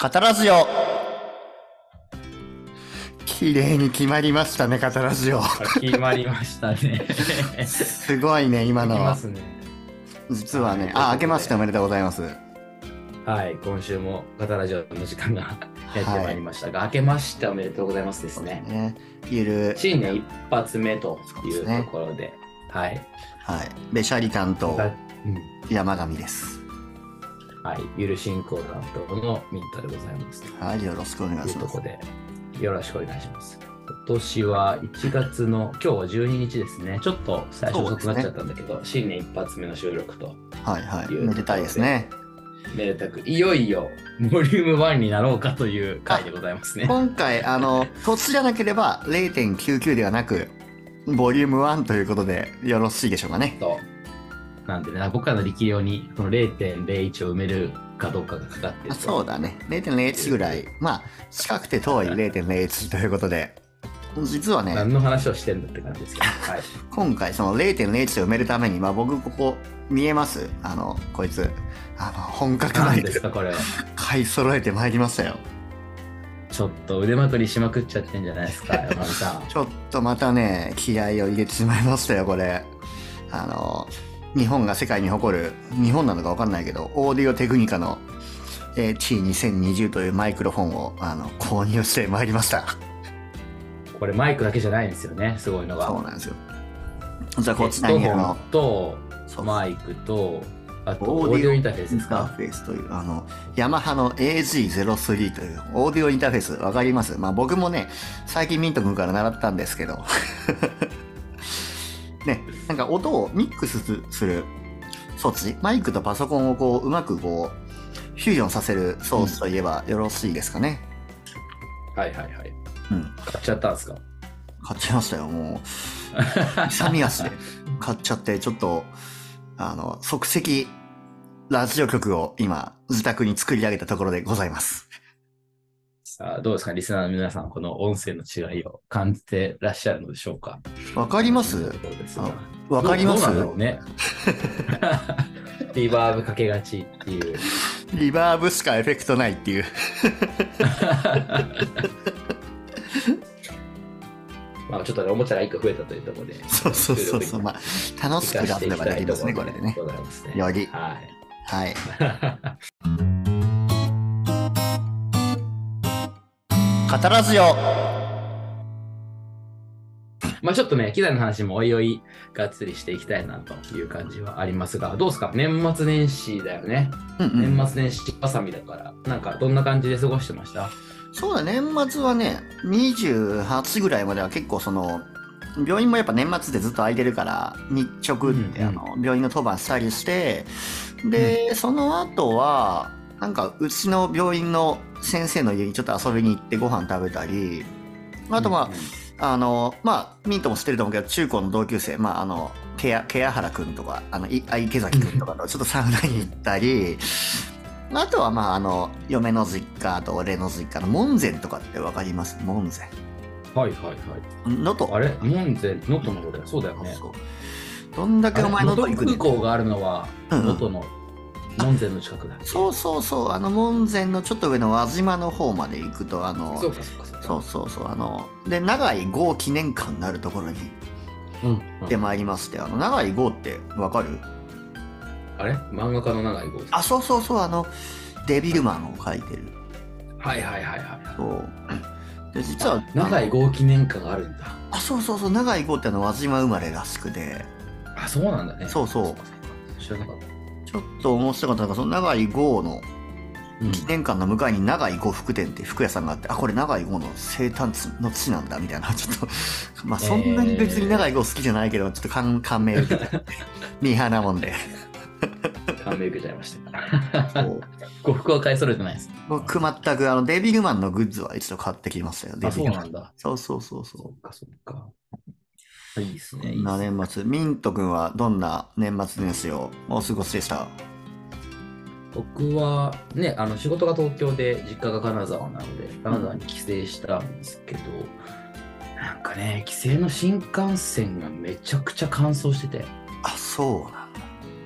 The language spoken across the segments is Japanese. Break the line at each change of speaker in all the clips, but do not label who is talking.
語らずよ綺麗に決まりましたね、語らずよ。
決まりましたね。
すごいね、今
い
の
きま
は。
すね。
実は
は
ね
い、
あ、
ということで
明けましておめでとうございます。
はい、今週もガタラジオの時間がやってまいりましたが、明けましておめでとうございますですね。
ねゆる、
新年一発目と
そう
い
です
う
ね
ところで、はい、
はい、べしゃり担当、
がうん
山上です。
はい、ゆる進行担当のミントでございます。
はい、よろしくお願い
という
しま
とこ
す
ろ。で、よろしくお願いします。今年は1月の、今日は12日ですね。ちょっと最初遅くなっちゃったんだけど、新年一発目の収録と、
はいはい、
いうところで
めでたいですね。
めでたく、いよいよ、ボリューム1になろうかという回でございますね。
今回、あの、突じゃなければ0.99ではなく、ボリューム1ということでよろしいでしょうかね。
となんでね、僕らの力量にこの0.01を埋めるかどうかがかかってる
あそうだね。0.01ぐらい。まあ、近くて遠い0.01ということで。実はね、
何の話をしてんだって感じですけど、はい、
今回その0.01を埋めるために、まあ僕ここ見えますあの、こいつ、あの、本格な
何
い
ですかこれ
買い揃えてまいりましたよ。
ちょっと腕まくりしまくっちゃってんじゃないですか山上さん
ちょっとまたね、気合を入れてしまいましたよ、これ。あの、日本が世界に誇る、日本なのかわかんないけど、オーディオテクニカの、えー T2020 というマイクロフォンをあの購入してまいりました。
これマイクだけじゃないんですよねすごいのが
そうなんですよ。じゃあ、
ヘ
こっち
ッド
何
ホ
やの
ンと
そう
マイクとあと
オ
オ
ー
ー
デ
デ
ィ
ィ
オ
オインターフェース
イ
で
ン
す
ター
か
フェースという、あの、ヤマハの AG03 というオーディオインターフェース、わかりますまあ僕もね、最近ミント君から習ったんですけど、 ね、なんか音をミックスする装置、マイクとパソコンをこう、うまくこう、フュージョンさせる装置といえばよろしいですかね。
はいはいはい
うん。
買っちゃったんですか
買っちゃいましたよ、もう。 勇み足で買っちゃって、ちょっと、あの、即席ラジオ局を今、自宅に作り上げたところでございます。
さあどうですかリスナーの皆さんこの音声の違いを感じてらっしゃるのでしょうか
わかります
ところですが
あわかります
どうどうなん だろうね。リバーブかけがちっていう。
リバーブしかエフェクトないっていう。
まあちょっとね、おもちゃが一個増えたというところで。
そうそうそうそう。まあ、楽し
生
く
か
出
して
す
い
の
き
が
た
で
い
き
と
ま
こ
す
ろ
ね、
で
これでね。
ございますね。
より
はい。
はい。語らずよ
まあちょっとね、機材の話もおいおいがっつりしていきたいなという感じはありますが、どうですか年末年始だよね。
うんうん。
年末年始、ばさみだから、なんかどんな感じで過ごしてました
そうだ、年末はね、28ぐらいまでは結構その、病院もやっぱ年末でずっと空いてるから、日直って、
うん
あの、病院の当番したりして、で、その後は、なんか、うちの病院の先生の家にちょっと遊びに行ってご飯食べたり、あとまあ、あの、まあ、ミントも知ってると思うけど、中高の同級生、まあ、あの、ケア、ケア原くんとか、あの、いあ池崎くんとかと、ちょっとサウナに行ったり、あとは、まあ、あの、嫁の実家と俺の実家の門前とかってわかります門前。
うんはいはいはい。
能登。
あれ門前、ノットのことだよ。そうだよね。
そうどんだけお前
あれ
の
能
と行く
登
ね
空
ん
港があるのは、
うんう
能
ん
登の門前の近くだ。
そうそうそう、あの、門前のちょっと上の輪島の方まで行くと、あの、
そうかそうかそうか。
そうそうそう、あの、で、長井郷記念館のあるところに
うんうん、
行ってまいりまして、あの、長井郷ってわかる
あれ漫画家の長井剛さん。
あ、そうそうそう、あの、デビルマンを書いてる。
はいはいはいは。。
そう。で、実はい
長井剛記念館があるんだ。
あ、そうそうそう、長井豪ってあの、輪島生まれらしくて、
あ、そうなんだね。
そうそう
う。知らなかった。
ちょっと面白かったのが、その長井豪の
うん
記念館の向かいに長井豪服店って服屋さんがあって、あ、これ長井豪の生誕地の地なんだ、みたいな、ちょ っと、まあ、そんなに別に長井豪好きじゃないけど、ちょっと感感銘受 けた。ミーハーなもんで。
感銘受けちゃいました から。
そう
呉服は買い揃えてないです。
僕全く、あの、デビルマンのグッズは一度買ってきましたよ、デ
あ、
ビ
そう
ル
な
マン。
んだ。
そうそうそうそう
そ。っかそっか。いいですね。いいっす
な
ね
年末、ミント君はどんな年末年始をお過ごしでした
僕はね、あの仕事が東京で実家が金沢なので、金沢に帰省したんですけど、なんかね、帰省の新幹線がめちゃくちゃ乾燥してて、
あ、そうなんだ。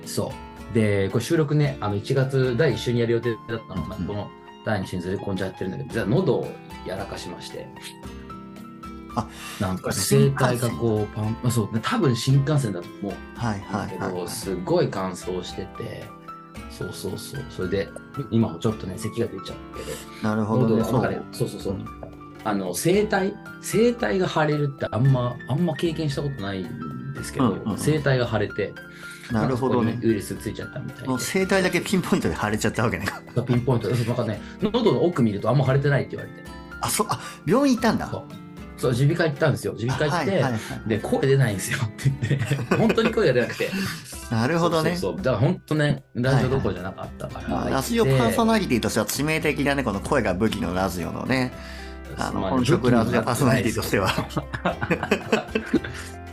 そう。で、これ収録ね、あの1月第1週にやる予定だったのが、
うん
この第二子にずれ込んじゃってるんだけど、じゃあ喉をやらかしまして。
あ
なんか
新
声
幹線
帯がこうパン、まあそう、多分新幹線だと思う。
はい
だ
は
け
い
ど、
はいはい。
すごい乾燥してて、そうそうそう、それで、今もちょっとね、咳が出ちゃうけど、
なるほど
喉
ね。
が
そ
腫れる
う。
そうそうそう。あの声帯声帯が腫れるってあんまあんま経験したことないんですけど、
うんうんうん
声帯が腫れて
なるほど
なん
ね
かそこ。にウイルスついちゃったみたい
もう
で
声帯だけピンポイントで腫れちゃったわけね。
ピンポイントでそうなんかね喉の奥見るとあんま腫れてないって言われて
あ、そう、あ、病院行ったんだ。
そうそう耳鼻科行ったんですよ耳鼻科行って、
はいはいはい
で声出ないんですよって言って 本当に声が出なくて
なるほどね。
そうそうそうだから本当ねラジオどころじゃなかったから、
まあ
行って
ラジオパーソナリティとしては致命的だね、この声が武器のラジオのね。あの、
ま
本職ラジオパーソナリティとしては。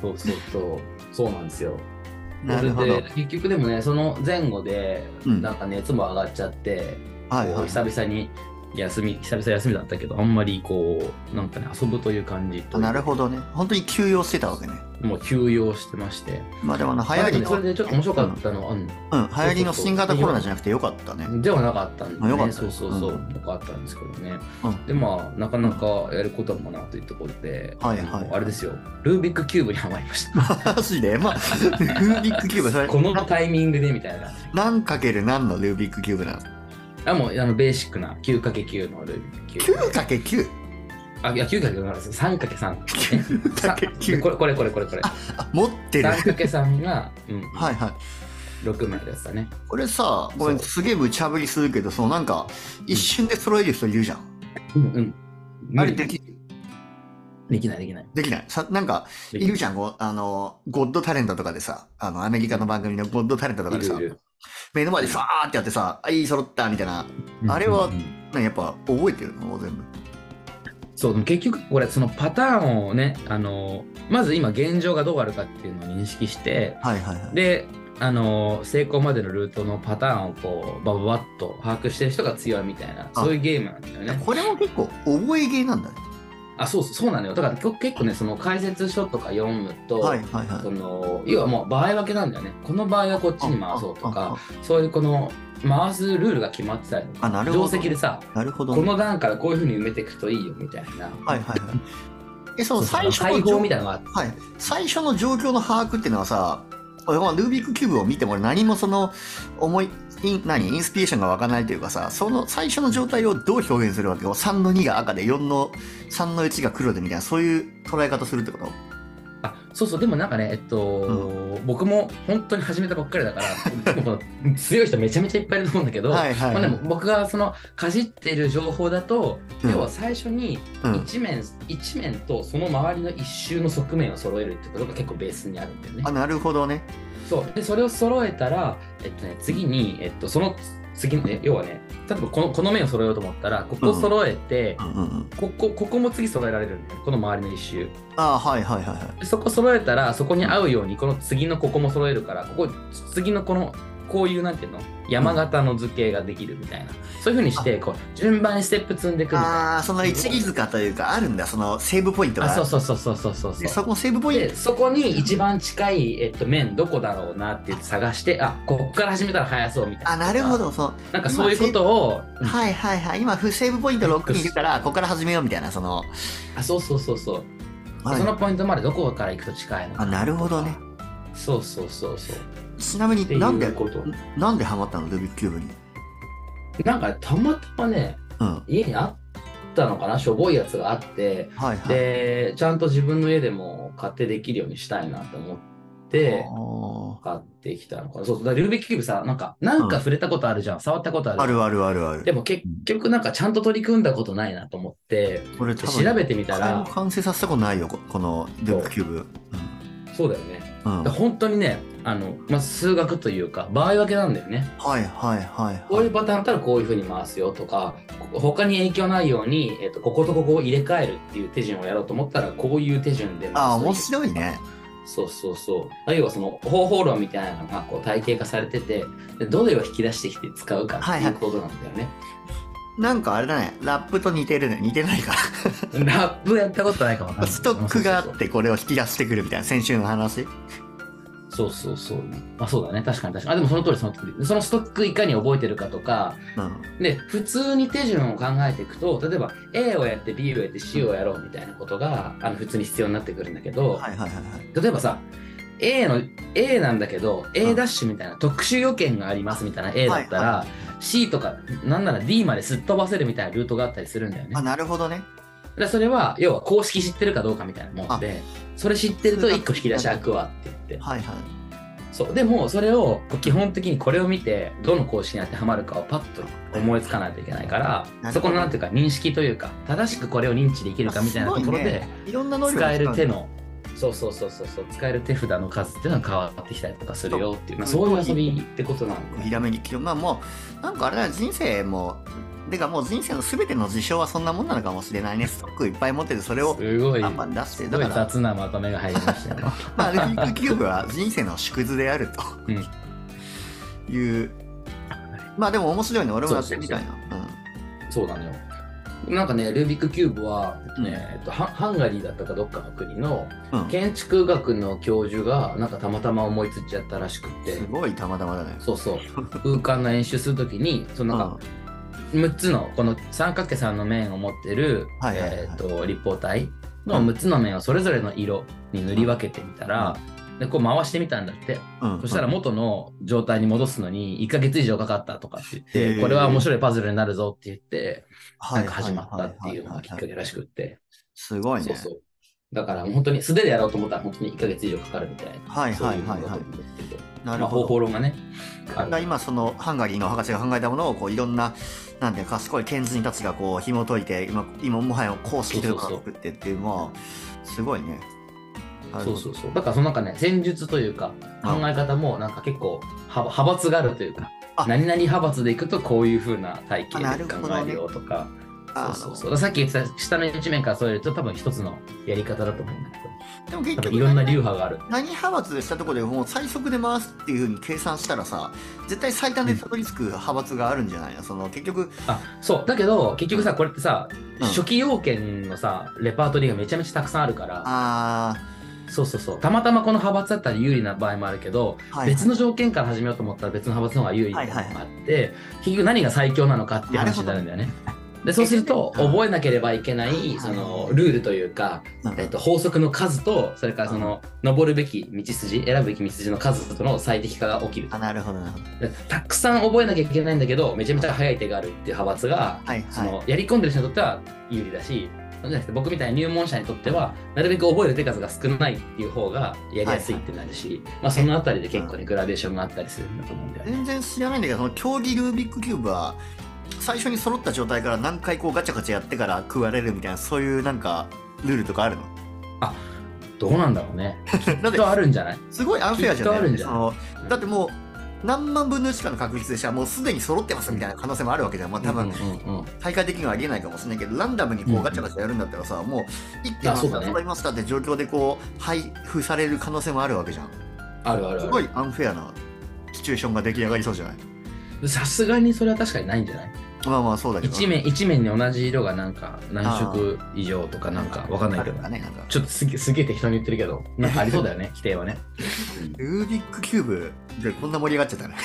そうそうそう、そうなんですよ。
なるほど
それで結局でもね、その前後で、
うん
なんか熱も上がっちゃって、
はい
こ
は
う
い。
久々に休み、久々休みだったけど、あんまりこう、なんかね、遊ぶという感じ
あ
と、
なるほどね。本当に休養してたわけね。
もう休養してまして、
まあでもあの、流行
なんか
り
ね
の。
それでちょっと面白かったの、うん
うん、流行りの新型コロナじゃなくてよかったね。
ではなかったんで、
あよかっ
ね、
た
そうそうそう、
うん
よかったんですけどね、
うん
でまあなかなかやることもなというところで、
はいはい
あれですよルービックキューブにハマりました
マジでまあ、ルービックキューブ、それ、
このタイミングでみたいな
何かける何のルービックキューブなの
あもうあのベーシックな 9×9 のルービックキューブ
?9×9?
あいや 9×9 です 3×3
9×9
これこれこれこれこれ
あ、持ってる。
3×3 が、うん、
はいはい。
6枚ですかね
これさ、ごめん、
そう
すげえ無茶ぶりするけど、そのなんか、一瞬で揃える人いるじゃん。
うんうん無
あ
理
れ
で
で
き
き、
ないできない
できない。さ、なんか、
でき
い
ない
るじゃん、こうあの、ゴッドタレントとかでさ、あの、アメリカの番組のゴッドタレントとかでさ、
いるいる
目の前でファーってやってさ、あ、いい、揃った、みたいな。あれは
うんうんうん
なんやっぱ、覚えてるの全部。
そうでも結局これそのパターンをねあのまず今現状がどうあるかっていうのを認識して
はいはいはい。
であの成功までのルートのパターンをこうバババッと把握してる人が強いみたいな
あ
そういうゲームなんだよね。
これも結構、覚えゲーなんだね。
あそうそうそうなのよだから結構結構ねその解説書とか読むと、
はいはいはい
そ。の要はもう場合分けなんだよねこの場合はこっちに回そうとかそういうこの回すルールが決まってたりとか
あなるほ
定
ど
石でさ
あ。なるほど
こ。の段からこういうふうに埋めていくといいよみたいな。
はいはいはい。え、その
そ
最
うそう
初
配
の
合
状
みたいなのがあって
はい、最初の状況の把握っていうのはさ、俺はルービックキューブを見ても俺何もその思い、イン何インスピレーションが湧かないというかさ、その最初の状態をどう表現するわけよ。3の2が赤で4の3の1が黒でみたいな、そういう捉え方するってこと
あそうそうでもなんかねえっと、僕も本当に始めたばっかりだから でもこの強い人めちゃめちゃいっぱいいると思うんだけど、
はいはいは
まあ、
い。
でも僕がそのかじってる情報だと、
うん
要は最初に
うん、
一面、一面とその周りの一周の側面を揃えるってことが結構ベースにあるんだよね
あ、。なるほどね。
そうでそれを揃えたら、えっとね、次に、えっと、その次の、ね、要はね例えばこのこの面を揃えようと思ったらここ揃えて、
うんうんうん。
ここここも次揃えられるんだよこの周りの一周。
あーはいはいはいはい。
でそこ揃えたらそこに合うようにこの次のここも揃えるからここ次のこのこういうなんていうの山形の図形ができるみたいなそういうふうにしてこう順番にステップ積んでいくみたい
ああ、その一義塚というか、あるんだ、そのセーブポイント
なあ
があ
そ
る。
うそうそうそうそうそう
で、
そ
そうこのセーブポイン
でそこに一番近い、えっと、面どこだろうなって探してあこっから始めたら早そうみたい
ト。
な
あ、なるほど、そう。
なんかそういうことを
はいはいはい。今、不セーブポイント6にいるから、ここから始めようみたいな、その。
あそうそうそうそう、
はい
そのポイントまでどこから行くと近いの
あ、なるほどね。
そうそうそうそう
ちなみ
ってい
になんで
う、こと
なんでハマったのルービックキューブに。
なんかたまたまね
うん。は
家にあったのかなしょぼいやつがあって
いはい。
でちゃんと自分の家でも買ってできるようにしたいなと思って
あ
買ってきたのかなそうそうだからルービックキューブさなんかなんか触れたことあるじゃん、触ったことある
ーあるあるあるあ
で
る。
も結局なんかちゃんと取り組んだことないなと思って
これ
で
多分、
調べてみた
誰も
ら
完成させたことないよ、ここのルービックキューブ。
そうだよね
うん。うん。
だから
はい
本当にねあの、まあ、数学というか場合分けなんだよね
はいはい
こう
はいい。
うパターンだったらこういうふうに回すよとかこ他に影響ないように、えっとこことここを入れ替えるっていう手順をやろうと思ったらこういう手順で回す
あー、
という
面白いね。
そうそうそう。あるいはその方法論みたいなのがこう体系化されてて、でどれを引き出してきて使うかっていうことなんだよね。
なんかあれだね、ラップと似てるね。似てないか
ラップやったことないかもわかん
ら。
ない
ストックがあってこれを引き出してくるみたいな、先週の話。
そうそうそうそう。あ、そうだね。確かに確かに。あ、でもその通りその通り。そのストックいかに覚えてるかとか、
うん
で、普通に手順を考えていくと、例えば A をやって B をやって C をやろうみたいなことが、あの、普通に必要になってくるんだけど、
はいはいはいはい
例えばさ A の A なんだけど A ダッシュみたいな特殊予見がありますみたいな A だったら、
はいは
C とかなんなら D まですっ飛ばせるみたいなルートがあったりするんだよね
あ。なるほどね
でそれは要は公式知ってるかどうかみたいなもんでそれ知ってると1個引き出し開くわって言って
はいはい
そうでもそれをこう基本的にこれを見てどの公式に当てはまるかをパッと思いつかないといけないから
ど
そこのなんていうか認識というか正しくこれを認知できるかみたいなところ
あ
で。
すごいねいろんな能力が
使える手
の
のそうそうそうそうそう使える手札の数っていうのが変わってきたりとかするよっていう、まあ、そういう遊びってことなの
ひ
ね
らめきまあもうなんかあれだね人生もてかもう人生の全ての事象はそんなもんなのかもしれないねストックいっぱい持っててそれを
すごい
バンバン出して
す
だ
ごい
から
雑なまとめが入りました よ、
まあリンクキューブは人生の縮図であると、いうまあでも面白いね俺もやってみたいな
そうなのよなんかねルービックキューブは、
うん
ねえっと、ハハンガリーだったかどっかの国の
うん、うん
建築学の教授がなんかたまたま思いついちゃったらしくって
すごいたまたまだね
そうそう空間の演習するときにそのなんか6つのこの三角形さんの面を持ってる、
はいはいはい
えー、と立方体の6つの面をそれぞれの色に塗り分けてみたら、でこう回してみたんだって、
うんうん
そしたら元の状態に戻すのに1ヶ月以上かかったとかって言っ
へ
て
ー
これは面白いパズルになるぞって言って
は
ないんか始まったっていうのがきっか
はいはいはい
けらしくって、
すごい
そ
ね
うそうだからもう本当に素手でやろうと思ったら本当に1ヶ月以上かかるみたいな、
はいはいはいはい
そういうものだと思うんですけど
な
ま
る
あ、
ほ
方
ど
法論がねある
が今そのハンガリーの博士が考えたものをこういろんななんていうか賢い賢人たちがこう紐解いて今今もはや公式というか
そうそうそう
作ってっていうまあすごいね。なるほ
そ
ど
うそうそう。だからそのなんかね、戦術というか、考え方もなんか結構派、派閥があるというか
あ、
何々派閥でいくとこういう風な体
あな
系
る
で
ほ
考
どね
えるよとか、
あの
そうそうそう。だからさっき言ってた下の一面からそうやると多分一つのやり方だと思うんだけど、
でも結
多
局
分いろんな流派がある。
何派閥でしたところでもう最速で回すっていうふうに計算したらさ絶対最短でたどり着く派閥があるんじゃないのその結局
あ、そう。だけど、結局さ、これってさ、
うん
初期要件のさ、レパートリーがめちゃめちゃたくさんあるから、
あ
そうそうそう。たまたまこの派閥だったら有利な場合もあるけど、
ー、はい、
別の条件から始めようと思ったら別の派閥の方が有利なのがあっ
は
て、結局何が最強なのかっていう話になるんだよね。でそうすると
うん
覚えなければいけな
はい
いそのルールというか、
うん
えっと、法則の数とそれからその登るべき道筋選ぶべき道筋の数との最適化が起きる
あなるほどなるほど
でたくさん覚えなきゃいけないんだけどめちゃめちゃ速い手があるっていう派閥が
はい
そ
はい
のやり込んでる人にとっては有利だしそうじゃなくて僕みたいに入門者にとってはなるべく覚える手数が少ないっていう方がやりやすいってなるし、まあ、そのあたりで結構ねグラデーションがあったりするんだと思うんだよね。
全然知らないんだけどその競技ルービックキューブは最初に揃った状態から何回こうガチャガチャやってから食われるみたいなそういうなんかルールとかあるの
どうなんだろうね。
だっ
きってとあるんじゃない
すごいアンフェアじゃない
きっとあるんじゃない
そのだってもう何万分の1かの確率でしたらもうすでに揃ってますみたいな可能性もあるわけじゃん、まあ、多
う
分
んうんうん
大会的にはありえないかもしれないけどランダムにこ
う
うんガチャガチャやるんだったらさもう一
あそうだ
旦
ね
揃いましたって状況でこう配布される可能性もあるわけじゃん
あるある
す
あ
ごいアンフェアなシチュエーションが出来上がりそうじゃない
る。さすがにそれは確かにないんじゃない
まあまあそうだけど
一面一面に同じ色がなんか何色以上とかなんかわかんない
あ
け
る
ど
ん。だねなんか
ちょっとすげすげえ適当に言ってるけど、なんかありそうだよね、規定はね。
ルービックキューブでこんな盛り上がっちゃったね。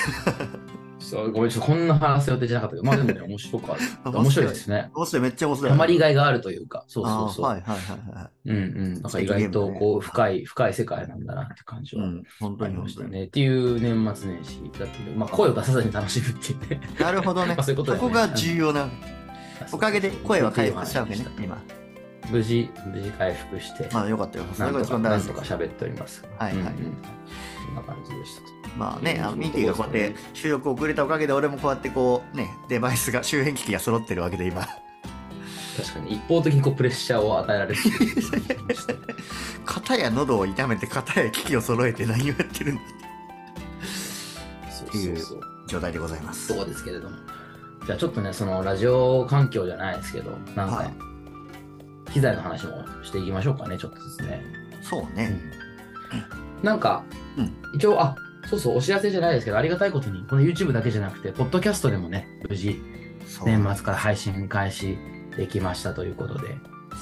そうごめん、ちょっとこんな話す予定じゃなかったけど、まあでもね、面白かった。 面白いですね。
面白い、めっちゃ面白い。
たまりがいがあるというか、そう
あ
そう
ー
そう。
はいはいはいは
うんうん。なんか意外とこう深い、深い世界なんだなって感じ
い。う
は
ん、本当
あり
に
ま
本
し
当
た
に。
ね。っていう年末年始だったけど、まあ声を出さずに楽しむっていうね。
なるほどね。
まあそういうことだよね
こが重要な。 おかげで声は回復したわけ ね
そう、そうそう
今。
無事、無事回復して、
まあよかったよ。そ
な
れ
ん
が
と
一
か
番
な
大
ん
事
とか喋っております。
はいはい
うんうんそんな感じでしたと。
まあね、あのミーティーがこうやっ
そう
て
そ
収録遅れたおかげで俺もこうやってこうね、デバイスが、周辺機器が揃ってるわけで今。
確かに一方的にこうプレッシャーを与えられる。
片や喉を痛めて、片や機器を揃えて何をやってるんだ
そう
て
そ
いう
うそう。
状態でございます。
そうですけれども。じゃあちょっとね、そのラジオ環境じゃないですけど、なん
は
か、機材の話もしていきましょうかね、ちょっとですね。
そうね。
なんか、
うん
一応、あそうそう、お知らせじゃないですけど、ありがたいことに、この YouTube だけじゃなくて、ポッドキャストでもね、無事、
そう。
年末から配信開始できましたということで、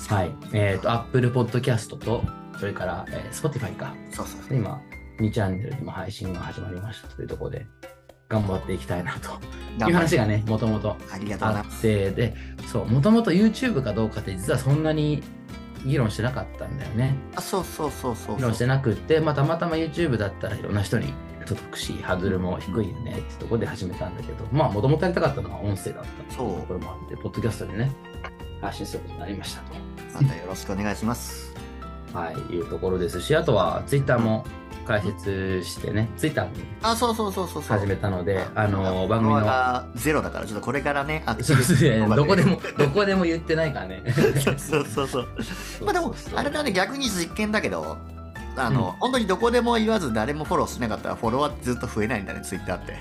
はい。えっ、と、Apple Podcast と、それから、えー Spotify か。
そうそうそう。
今、 2チャンネルでも配信が始まりましたというところで、頑張っていきたいなと
頑
いう
張る
話がね、もともと
ありがとうござい
あ
ます。
って、で、そう、もともと YouTube かどうかって実はそんなに議論してなかったんだよね。
あ、そうそうそうそう
議論し
そ
て
う。
なくって、まあ、たまたま YouTube だったらいろんな人に届くし、ハードルも低いよねってところで始めたんだけど、まあ、もともとやりたかったのは音声だった
そう
これもあって、ポッドキャストでね、発信することになりましたと。
またよろしくお願いします。
はい、いうところですし、あとはツイッターも解説してね、ツイッターも
あ、そうそうそうそうそう。
始めたので、あ
番
の番組
組
の。
がゼロだから、ちょっとこれからね、アクテ
そう
ィ
で
ビ
す
ティ
ね
の、方
ど
が
こ
出
で
て
も、どこでも言ってないからね。
そうそうそう そう。 まあでも、あれだね、逆に実験だけど、あの、
うん
本当にどこでも言わず誰もフォローしなかったらフォロワーってずっと増えないんだね、ツイッターって。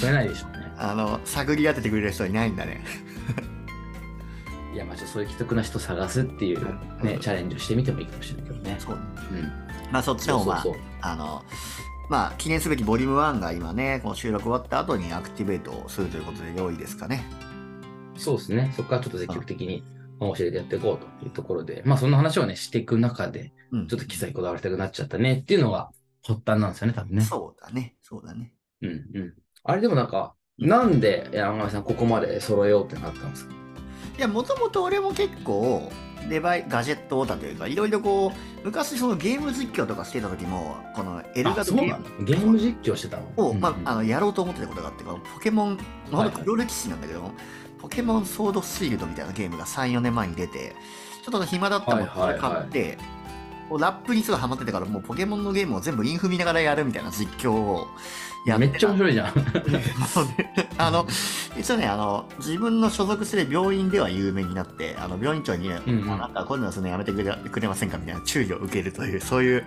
取れないでしょうね。
あの、探り当ててくれる人いないんだね。
いや、まあ、ちょっとそういう既得な人探すっていう
う
ね、
ん
チャレンジをしてみてもいいかもしれないけどね。
そう。
うん。
まあそっちの方が、
そうそう
あの、まあ記念すべきボリューム1が今ね、この収録終わった後にアクティベートをするということで良いですかね。
そうですね。そこからちょっと積極的に面白いでやっていこうというところで、まあ、そんな話をね、していく中で、
うん。
ちょっと機材こだわりたくなっちゃったねっていうのが発端なんですよね、多分ね。
そうだね、そうだね。
うんうん。あれでもなんか、なんで山上さんここまで揃えようってなったんですか
いや、もともと俺も結構、デバイ、ガジェットオーダーというか、いろいろこう、昔そのゲーム実況とかしてた時も、このエルガ
あ
と
そう
ゲ
な
ーム
のゲーム実況してたの
を、ま
うんうん
あ、あのやろうと思ってたことがあってこのポケモン、まあ、
はい
ほんと黒歴史なんだけど、ポケモンソードシールドみたいなゲームが34年前に出てちょっと暇だったもんで
はいはいはい
買って、こうラップにすごいハマってたからもうポケモンのゲームを全部インフ見ながらやるみたいな実況をや
めっちゃ面
白い
白いじゃん。
あの一応ねあの自分の所属する病院では有名になってあの病院長に、ね
うんうん
もうなんか今度はそのやめてくれくれませんかみたいな注意を受けるというそういう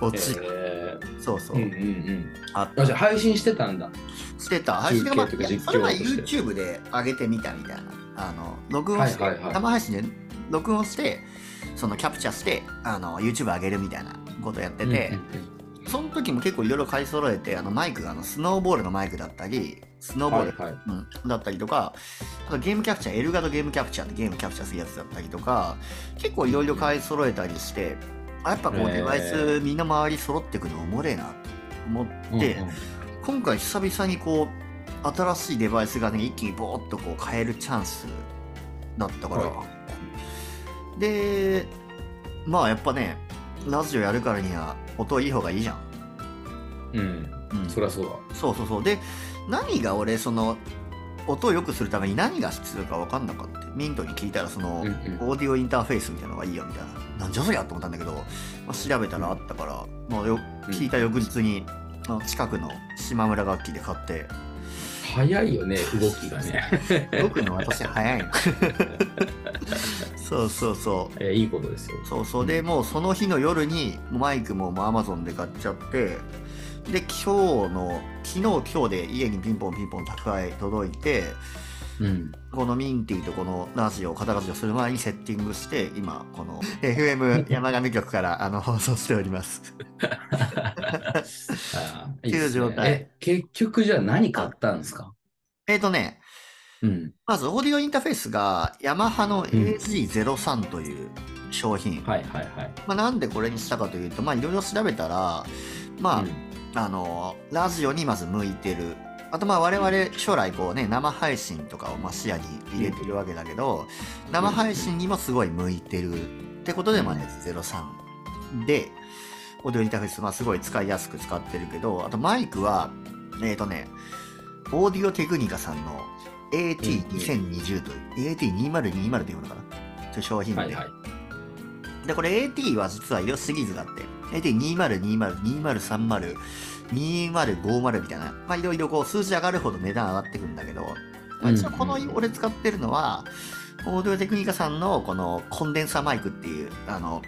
オチ、
え
そうそう、
うんうんうん。
あった
あ、じゃあ配信してたんだ。
してた配
中
信が、
継
まあ、
とか
いや
実況
それは
として
YouTube で上げてみたみたいなあの録音して、
はいはいはい
生配信で録音してそのキャプチャしてあの YouTube 上げるみたいなことやってて、その時も結構いろいろ買い揃えてあのマイクがあのスノーボールのマイクだったりスノーボール、
はいはい
うん、だったりとかあとゲームキャプチャーエルガとゲームキャプチャーってゲームキャプチャーするやつだったりとか結構いろいろ買い揃えたりしてあやっぱこうデバイ
へ
スみんな周り揃ってくのおもれえなと思って。
うんうん
今回久々にこう新しいデバイスがね一気にボーっとこう変えるチャンスだったから、
は
でまあやっぱねラジオやるからには音いい方がいいじゃん、
うん。
うん
そりゃそうだ。
そうそうそうで何が俺その音を良くするために何が必要か分かんなかったミントに聞いたらその、
うんうん
オーディオインターフェースみたいなのがいいよみたいななんじゃそりゃと思ったんだけど、まあ、調べたらあったから、まあ、よ
うん
聞いた翌日に、あの近くの島村楽器で買 って
早いよね、動きがね。
僕の私早いの そうそうそ
えいいことですよ
う。そうそうでもうその日の夜にマイクももう Amazon で買っちゃってで今日の昨日今日で家にピンポンピンポン宅配届いて
うん。
このミンティとこのラジオを片ラジオする前にセッティングして今この FM 山上局からあの放送しております
あーいいっすね
っていう状態
え、結局じゃあ何買ったんですか
えっ、とね
うん。
まずオーディオインターフェースがヤマハの AG03 という商品、
はいはいはい。
まあ、なんでこれにしたかというとまあいろいろ調べたらまあ、
うん
あのラジオにまず向いてるあとまあ我々将来こうね生配信とかをまあ視野に入れてるわけだけど、生配信にもすごい向いてるってことで、まあ
うん
ね、03でオーディオインターフェースまあすごい使いやすく使ってるけどあとマイクはえっ、とねオーディオテクニカさんの AT2020 という、AT2020 というものかなという商品で、
はいはい。
で、これ AT は実はいろいろシリーズがあって、AT2020、2030、2050みたいな、まあいろいろこう数字上がるほど値段上がってくんだけど、まあ、一応この
うんうんうん
俺使ってるのは、オーディオテクニカさんのこのコンデンサーマイクっていう、あの、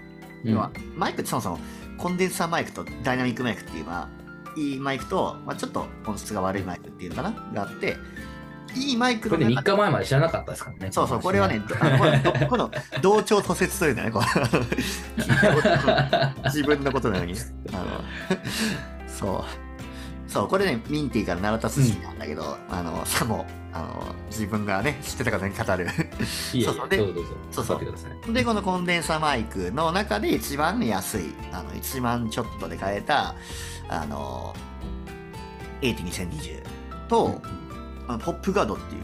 要はマイクってそもそもコンデンサーマイクとダイナミックマイクっていう、まあ、いいマイクと、まあ、ちょっと音質が悪いマイクっていうのかながあって、いいマイク
こ
の
れね、
中
3日前まで知らなかったですからね。
そうそう、これはね、どあのこのこの同調途説というのはね、こう聞いたことない 自分のことなのに。あのそう。そう、これね、ミンティから習った筋なんだけど、あの、さも、あの自分がね知ってた方に語る
いえいえ
そうそうで
どうぞどうぞ
そう
座
そう
ってください
でこのコンデンサーマイクの中で一番安いあの1万ちょっとで買えたあの AT2020 と、あのポップガードっていう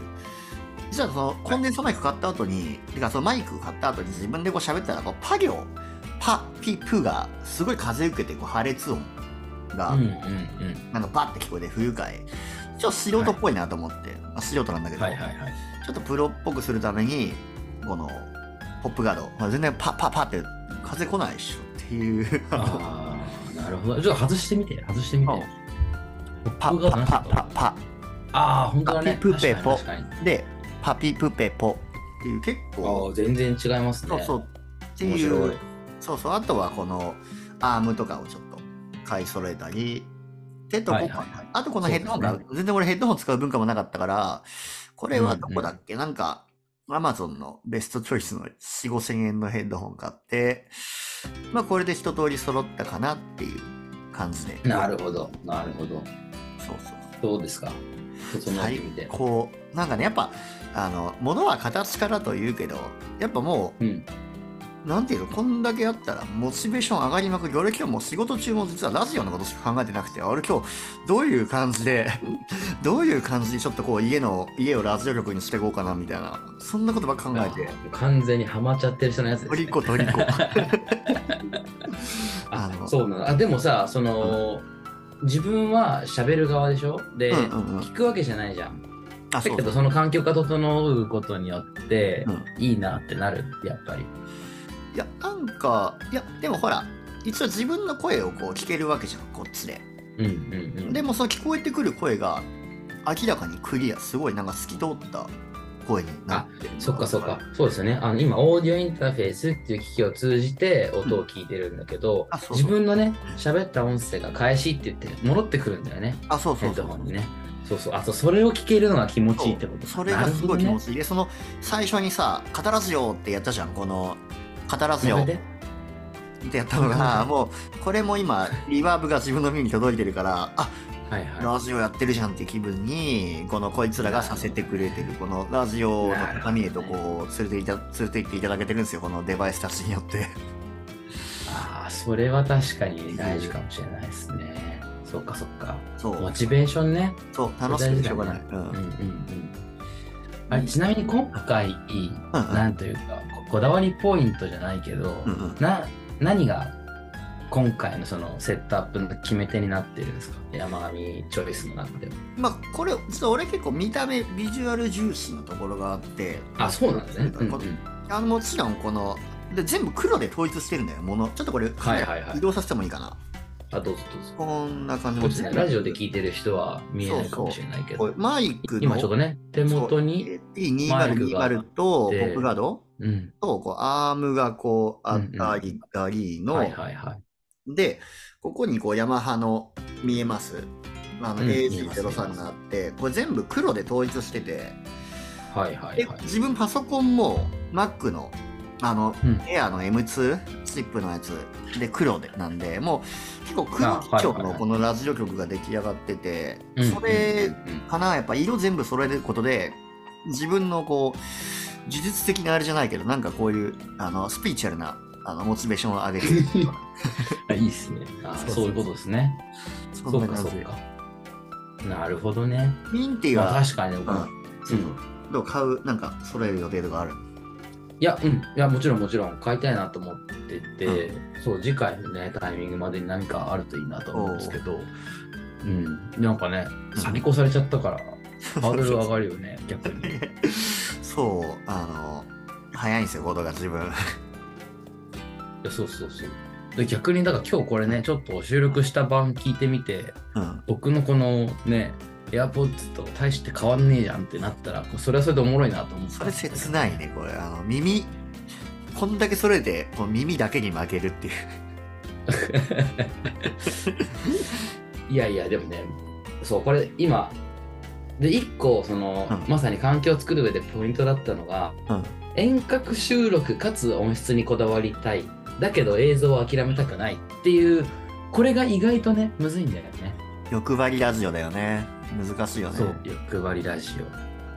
実はそのコンデンサーマイク買った後に、てかそのマイク買った後に自分でこう喋ったらこうパ行パピプがすごい風受けてこう破裂音が、
うんうんうん
なんかバッて聞こえて不愉快ちょっと素人っぽいなと思って、まあ素人なんだけど、
はいはい はい
ちょっとプロっぽくするためにこのポップガード、まあ、全然パッパッパッって風来ないでしょっていうあ
ああなるほどちょっと外してみて外してみて
うんのパ
僕
ッ
が
パ
何
ッ
し
パ
た
ッパッパ
ああ本当だね
パピプペポ
確かに確か
ッでパピプペポっていう結
にあ
構
あ全然違いますね
そうそうって
面
い
白いう
そうそうあとはこのアームとかをちょっと買い揃えたりでとこ、
はいはいはい
あとこのヘッドホン
そ
が、
うで
全然俺ヘッドホン使う文化もなかったからこれはどこだっけ、なんかアマゾンのベストチョイスの4 5 0 0 0円のヘッドホン買ってまあこれで一通り揃ったかなっていう感じで
なるほどなるほど
そうそう
どうですか整え
最
てみて
高なんかねやっぱあの物は形からと言うけどやっぱもう
うん
なんていうのこんだけあったらモチベーション上がりまくり俺今日もう仕事中も実はラジオのことしか考えてなくて俺今日どういう感じでどういう感じでちょっとこう家の家をラジオ局にしていこうかなみたいなそんなことばっか考えて
完全にハマっちゃってる人のやつです、
ト
ね、
リコトリコ
あ
あの
そうなのあでもさその、自分は喋る側でしょで、
うんうんうん
聞くわけじゃないじゃん
あ
だ
そう
けどその環境が整うことによって、
うん
いいなってなるやっぱり
いやなんかいやでもほら一応自分の声をこう聞けるわけじゃんこっちで
うんうんうん
でもその聞こえてくる声が明らかにクリアすごいなんか透き通った声になってる
そっかそっかそうですよねあの今オーディオインターフェースっていう機器を通じて音を聞いてるんだけど、
あそうそう
自分のね喋った音声が返しって言って戻ってくるんだよね
あそうそ
ヘ
う
ッ
そ
ド
う
ホンにねそうそうあとそれを聞けるのが気持ちいいってこと
それがすごい気持
ち
ちいい、でその最初にさ「語らずよ」ってやったじゃんこの「語らずよ」ってやったのが もうこれも今リバーブが自分の耳に届いてるからあ
はいは
ラジオやってるじゃんって気分にこのこいつらがさせてくれてるこのラジオの鏡へとこう連れていた連れて行っていただけてるんですよこのデバイスたちによって。
いああそれは確かに大事かもしれないですねそっかそっか
そ
モ
う
チベーションね
そう楽しくてしょうがない。うん
うんうんうんあれちなみに今回
うんうん
なんというかここだわりポイントじゃないけど、
うんうん
な何が今回のそのセットアップの決め手になってるんですか山上チョイスの中では
まあこれ実は俺結構見た目ビジュアル重視のところがあって
あそうなんですね、うんうん、
あのもちろんこので全部黒で統一してるんだよものちょっとこれ、
はいはいはい
移動させてもいいかな
あどうぞどうぞ
こんな感じ
そうですねラジオで
る
聞いてる人は見えないかもしれないけど
マイクの
今ちょっとね手元に
P2020 とポ
マイクがあって
ップガード
うん
とこうアームがこうあったりがりの、
はいはいはい
でここにこうヤマハの見えますあの
うん見えます
AC03 があってこれ全部黒で統一してて
はいはい
で
はい
自分パソコンも Mac のあの
うん
エアの M2 チップのやつで黒でなんでもう結構黒基
あ
調
はい
の
はいはい
このラジオ局が出来上がってて
うん
それ
うんうん
かなやっぱ色全部揃えることで自分のこう技術的なあれじゃないけどなんかこういうあのスピーチュアルなあのモチベーションを上げてる
あいいですねあ
そうそう
そういうことですね
そ
そ
んな
うか
感
そう
じ
かなるほどね
ミンティ
まあ
は
確かに、僕も
うんどう買うなんか揃える予定とかある
いや、うん、いや、もちろん、もちろん、買いたいなと思ってて、
う
そう、次回のね、タイミングまでに何かあるといいなと思うんですけど、うん、なんかね、
うん
先越されちゃったから、ハードル上がるよ ね、逆に。
そうあの早いんですよ行動が自分
いやそうそうそう。で逆に、だから今日これね、ちょっと収録した版聞いてみて、
うん
僕のこのね、AirPods と大して変わんねえじゃんってなったら、それはそれでおもろいなと思って
そ
たん
れ
ですけど。
切ないねこれあの耳こんだけ揃えてこう耳だけに負けるっていう
いやいやでもねそうこれ今で1個その、
うん
まさに環境を作る上でポイントだったのが
うん
遠隔収録かつ音質にこだわりたいだけど映像を諦めたくないっていうこれが意外とねむずいんだよね
欲張りラジオだよね難しいよね
そう欲張りラジ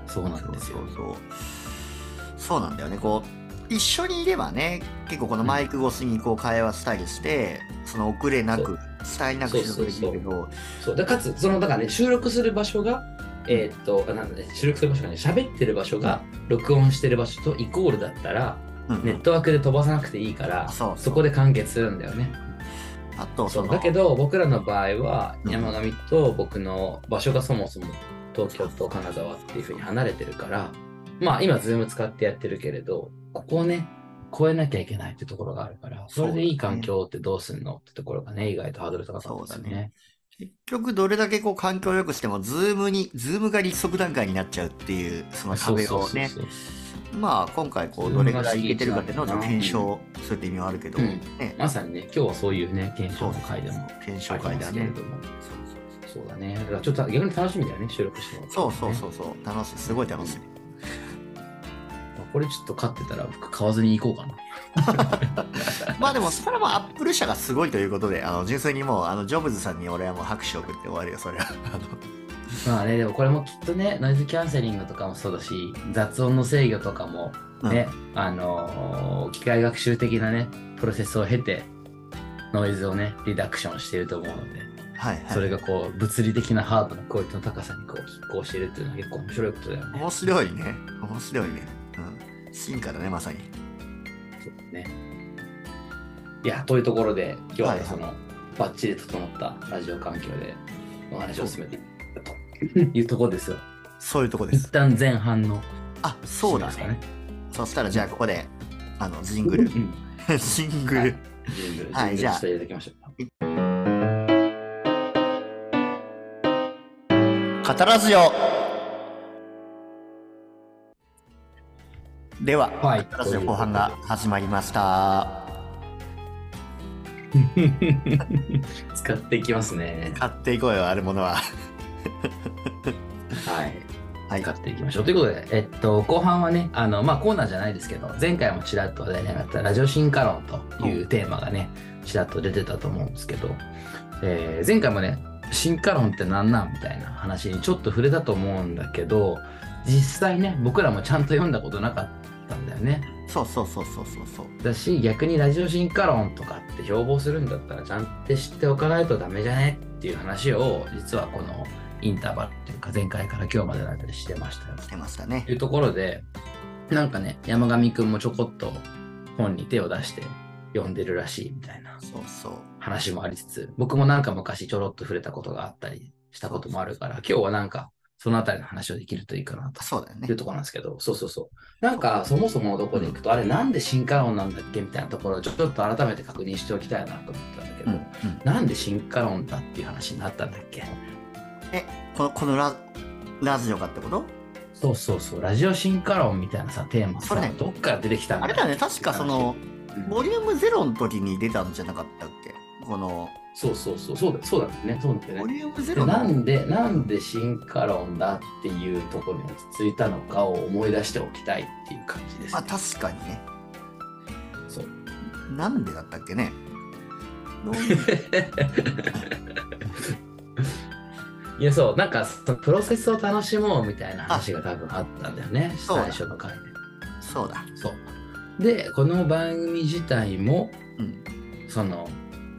オそうなんですよ
そう。そうそうそうなんだよねこう一緒にいればね結構このマイク越しにこう会話したりして、その遅れなく伝えなく
そう
収録できるけど
そうでかつ、そのだからね、収録する場所が、えーっと、あなんだね、収録する場所がね、喋ってる場所が、録音してる場所とイコールだったら、
うん
ネットワークで飛ばさなくていいから、
そうそう
そこで完結するんだよね。
あとそ
そう
の
だけど僕らの場合は
うん
山上と僕の場所がそもそも東京と金沢っていうふうに離れてるからまあ今 Zoom 使ってやってるけれどここをね越えなきゃいけないってところがあるからそれでいい環境ってどうすんのってところがね意外とハードル高かったです
そうだ
ね。
結局どれだけこう環境を良くしてもズームにズームが立足段階になっちゃうっていうその
そう
壁
そう
を
そう
ね
そう
まあ今回こう
Zoom
どれぐらいいけてるかっていうのを
が
ちょっと
敷い
検
てある
証するって意味はあるけど、
うん
ね
まさにね今日はそういうね検
そ
証
う
の回でもあ
検証
り
会
ま
だ
すけれ
ね
どもそうだねだからちょっと逆に楽しみだよね収録してもら
そうそうそううそう楽しいすごい楽しい
これちょっと勝ってたら僕買わずに行こうかな。
まあでもそれはもうアップル社がすごいということであの純粋にもうあのジョブズさんに俺はもう拍手を送って終わるよそれはあの
まあね、でもこれもきっとね、ノイズキャンセリングとかもそうだし、雑音の制御とかもね、あのー機械学習的なね、プロセスを経て、ノイズをね、リダクションしていると思うので、
はいはい
それがこう、物理的なハードのクオリティの高さにこう、拮抗しているっていうのは結構面白いことだよね。
面白いね面白いねうん進化だねまさに
そうね。いや、というところで、今日
はい
は
はい
その、バッチリ整ったラジオ環境でお話を進めていったというところで すよ。
そういうとこで
一
す
旦前半の、
あそうだね。そしたらじゃあここであのジングル
うん
ジングル、
はいジングル、
はい
ジ
じゃ
ング
あ
ルしていただきましょうか。
語らずよでは、
はい
語らずよ後半が始まりました
使っていきますね。
買っていこうよあるものは
はい。
はい
使っていきましょう。ということで、えっと、後半はね、あの、まあ、コーナーじゃないですけど、前回もちらっと話題に上がったラジオ進化論というテーマがね、ちらっと出てたと思うんですけど、えー前回もね、進化論ってなんなんみたいな話にちょっと触れたと思うんだけど、実際ね、僕らもちゃんと読んだことなかったんだよね。
そうそうそうそうそうそう
だし逆にラジオ進化論とかって標榜するんだったらちゃんと知っておかないとダメじゃねっていう話を実はこのインターバルっていうか前回から今日までの間でしてましたよ
来てましたね
というところでなんかね山上くんもちょこっと本に手を出して読んでるらしいみたいな
そうそう
話もありつつ僕もなんか昔ちょろっと触れたことがあったりしたこともあるから今日はなんかそのあたりの話をできるといいかなと
そうだよ
っ
ね
ていうところなんですけど、そうそうそう。なんか、そもそものとこでいくと、あれなんで進化論なんだっけみたいなところをちょっと改めて確認しておきたいなと思ったんだけ
う
ど、
んうん、
なんで進化論だっていう話になったんだっけ
このこのララジオかってこと
そうそうそう、ラジオ進化論みたいなさ、テーマ
そ
さ、
れね
どっから出てきたん
あれだよね確かその、
うん
ボリュームゼロの時に出たんじゃなかったっけこの
そうそうそう、そうだそうだね、そうだよ
ボ
ね。
リュームゼ
で
ロ
な
の
んで、なんで進化論だっていうところに落ち着いたのかを思い出しておきたいっていう感じです、
まあ確かにね
そう
なんでだったっけねどういう
いやそうなんかそのプロセスを楽しもうみたいな話が多分あったんだよね
そうだ
最初の回で
そうだ
そうでこの番組自体も
うん
その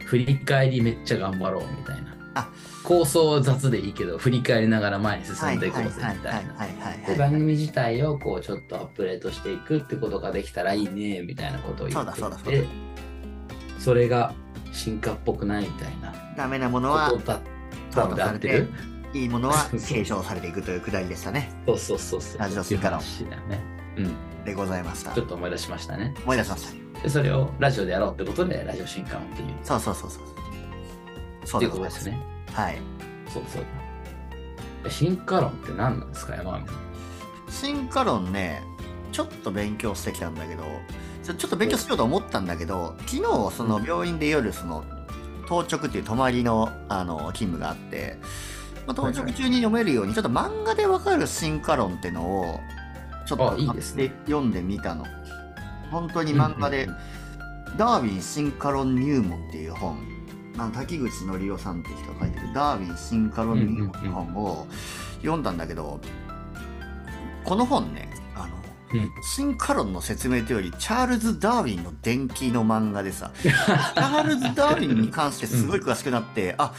振り返りめっちゃ頑張ろうみたいな
あ
構想雑でいいけど振り返りながら前に進んでいこうぜみたいな
はいはいは
で
いはい
番組自体をこうちょっとアップデートしていくってことができたらいいねみたいなことを言って
そうだそうだそう
てそれが進化っぽくないみたいな
ダメなものは
ことだったので合って
淘汰され
る
ていいものは
そうそう
継承されていくというくだりでしたね
そうそうそうそう。
ラジオ進化論
っていう話だよね。うん。
でございました
ちょっと思い出しましたね。
思い出しまし
で、それをラジオでやろうってことで、ラジオ進化論っていう。
たそうそうそうそうそ
っ
う
て
で
いうこ
ございま
とで
すす
ね。
はい
そうそう。進化論って何なんですか、山上さん。
進化論ねちょっと勉強してきたんだけどちょちょっと勉強しようと思ったんだけど昨日その病院で夜その当直っていう泊まりのあの勤務があって、まあ、当直中に読めるようにちょっと漫画でわかる進化論ってのをちょっと
あいいですね
買って読んでみたの本当に漫画で、
うんうん
ダーウィン進化論入門」っていう本あの滝口のりおさんっていう人が書いてる「ダーウィン進化論入門」っていう本を読んだんだけど、この本ね、あの、
うん
進化論の説明というより、チャールズ・ダーウィンの伝記の漫画でさ、チャールズ・ダーウィンに関してすごい詳しくなって、あ、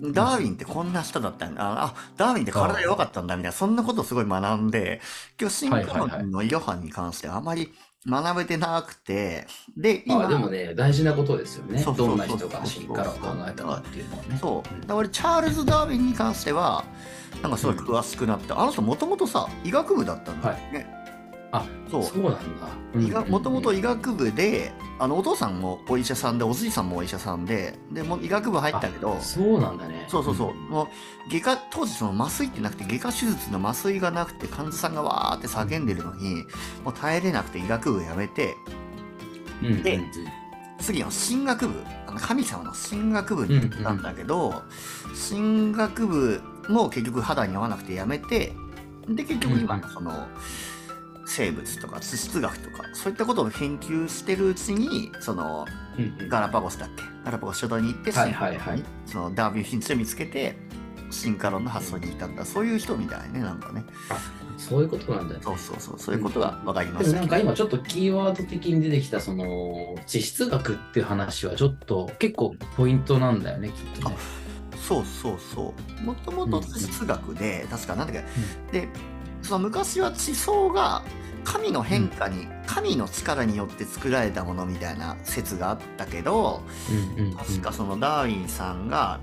ダーウィンってこんな人だったんだ。あ、あダーウィンって体弱かったんだ、みたいな、そんなことをすごい学んで、今日進化論のイロハンに関してはあまり学べてなくて、で、
ま
今、
あでもね、大事なことですよね。
そうそうそう
どんな人が進化論を考えたかっていうのはね。
そう。だ
ん
から俺、チャールズ・ダーウィンに関しては、なんかすごい詳しくなって、あの人もともとさ、医学部だったんだよね。
あ、
そう。
そうなんだうんうんうん。
もともと医学部で、あのお父さんもお医者さんで、おじいさんもお医者さんで、でもう医学部入ったけど
あ、そうなんだね。
そうそうそう、もう外科、当時その麻酔ってなくて、外科手術の麻酔がなくて、患者さんがわーって叫んでるのに、もう耐えれなくて医学部辞めて、
うん。うん。
で
うん
次の進学部、あの神様の進学部に行ったんだけど、進学部も結局肌に合わなくて辞めて、で、結局今のその、生物とか地質学とか、そういったことを研究してるうちに、その、
うんうん
ガラパゴスだっけガラパゴス諸島に行って、
はいはい
進化
はい
論にそのダービー品種を見つけて、進化論の発想に至った、そういう人みたいね、なんかね。
そういうことなんだよね。
そうそうそう、そういうことが分かりま
で
し
も
た。
なんか今ちょっとキーワード的に出てきたその地質学っていう話はちょっと結構ポイントなんだよねきっとね。
そうそうそう。もともと地質学で、確かなんだっけ、
ん
で、その昔は地層が神の変化に、神の力によって作られたものみたいな説があったけど、
うんうんうん
確かそのダーウィンさんが、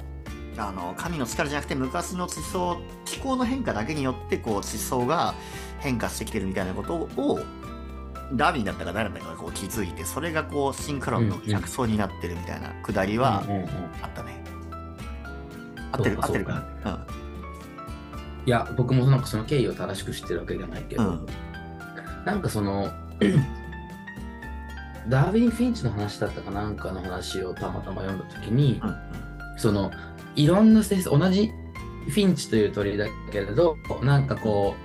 あの神の力じゃなくて昔の地層気候の変化だけによってこう地層が変化してきてるみたいなことをダーウィンだったか誰だったかがこう気づいてそれがこう進化論の逆走になってるみたいなくだりは
うんうんうん
あったね。合ってる合
そうか
ってる
そう
か
か
な。
いや僕もなんかその経緯を正しく知ってるわけじゃないけ
う
ど、
ん。うん。
なんかその ダーウィン・フィンチの話だったかなんかの話をたまたま読んだ時に、
うん
そのいろんな性質同じフィンチという鳥だけれどなんかこ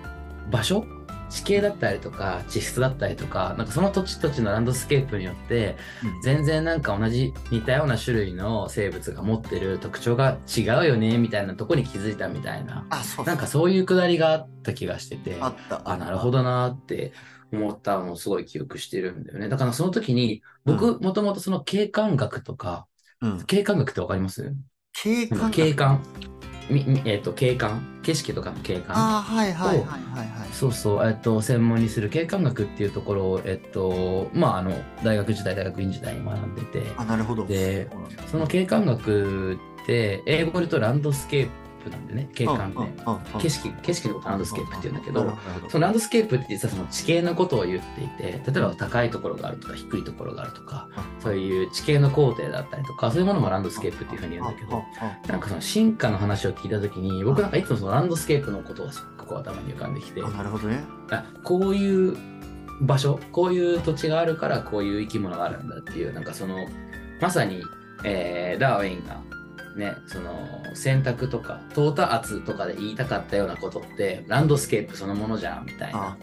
う場所地形だったりとか地質だったりとかなんかその土地土地のランドスケープによって
うん
全然なんか同じ似たような種類の生物が持ってる特徴が違うよねみたいなとこに気づいたみたいな
あ、そう
なんかそういうくだりがあった気がしてて
あった。
あ、なるほ
ど。
どなーって思ったのをすごい記憶してるんだよね。だからその時に、
う
僕、もともとその景観学とか、
うん。
景観学ってわかります
景
なん
観
か景観、みみえっ、と、景観、景色とかの景観。
あーはいはいはいはいはい。
そうそう、えっ、と、専門にする景観学っていうところを、えっ、と、まあ、あの、大学時代、大学院時代に学んでて、
あ、なるほど。
で
そうなんだ、
その景観学って、英語で言うとランドスケープなんでね、景観
うんうん
ね。
うんうん
景色、景色のことランドスケープって言うんだけど、
なるほど
そのランドスケープって実はその地形のことを言っていて例えば高いところがあるとか低いところがあるとかそういう地形の工程だったりとかそういうものもランドスケープっていうふうに言うんだけどなんかその進化の話を聞いた時に僕なんかいつもそのランドスケープのことがすごくこう頭に浮かんできて
あなるほどね。
あこういう場所こういう土地があるからこういう生き物があるんだっていうなんかそのまさに、えーダーウィンがねその選択とか淘汰圧とかで言いたかったようなことってランドスケープそのものじゃんみたいな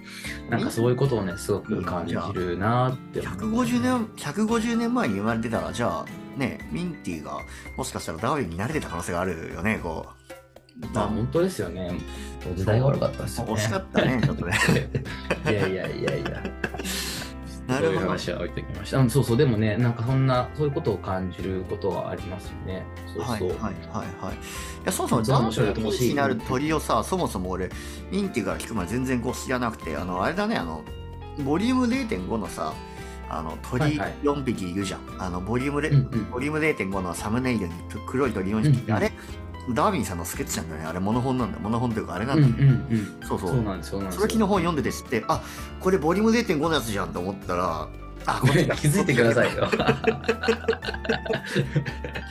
あ
なんかそういうことをねすごく感じるなって思う
150年、150年前に生まれてたら、じゃあ、ね、ミンティが、もしかしたらダーウィンに慣れてた可能性があるよね、こう。
まあ本当ですよね時代が悪かったですよね
惜しかったね、ちょっとね。
いやいやいやいや
なる
そういう
ほど。
話は置いておきましたうんそうそうでもねなんかそんなそういうことを感じることはありますよねそう
はい
そう、
はいはいはい。いやそもそも
そう
ダン
面
ショ
白い
ンのになる鳥をさ、そもそも俺、インティから聞くまで全然こう知らなくて、あの、あれだね、あの、ボリューム0.5のさ、あの、鳥
はいはい
4匹いるじゃん。あの、ボリューム、レ
うんうん
ボリューム0.5のサムネイルに黒い鳥4匹いて、
うんうん
あれ、ダーウィンさんのスケッチなんだよね。あれ、モノ本なんだ。モノ本というか、あれな
うんんう
だ。
んうん
そうそう。
そうなんですそうなんです
それ昨日本読んでて知って、あ、これボリューム0.5のやつじゃんと思ったら、あ、こっちだ
気づいてください。よ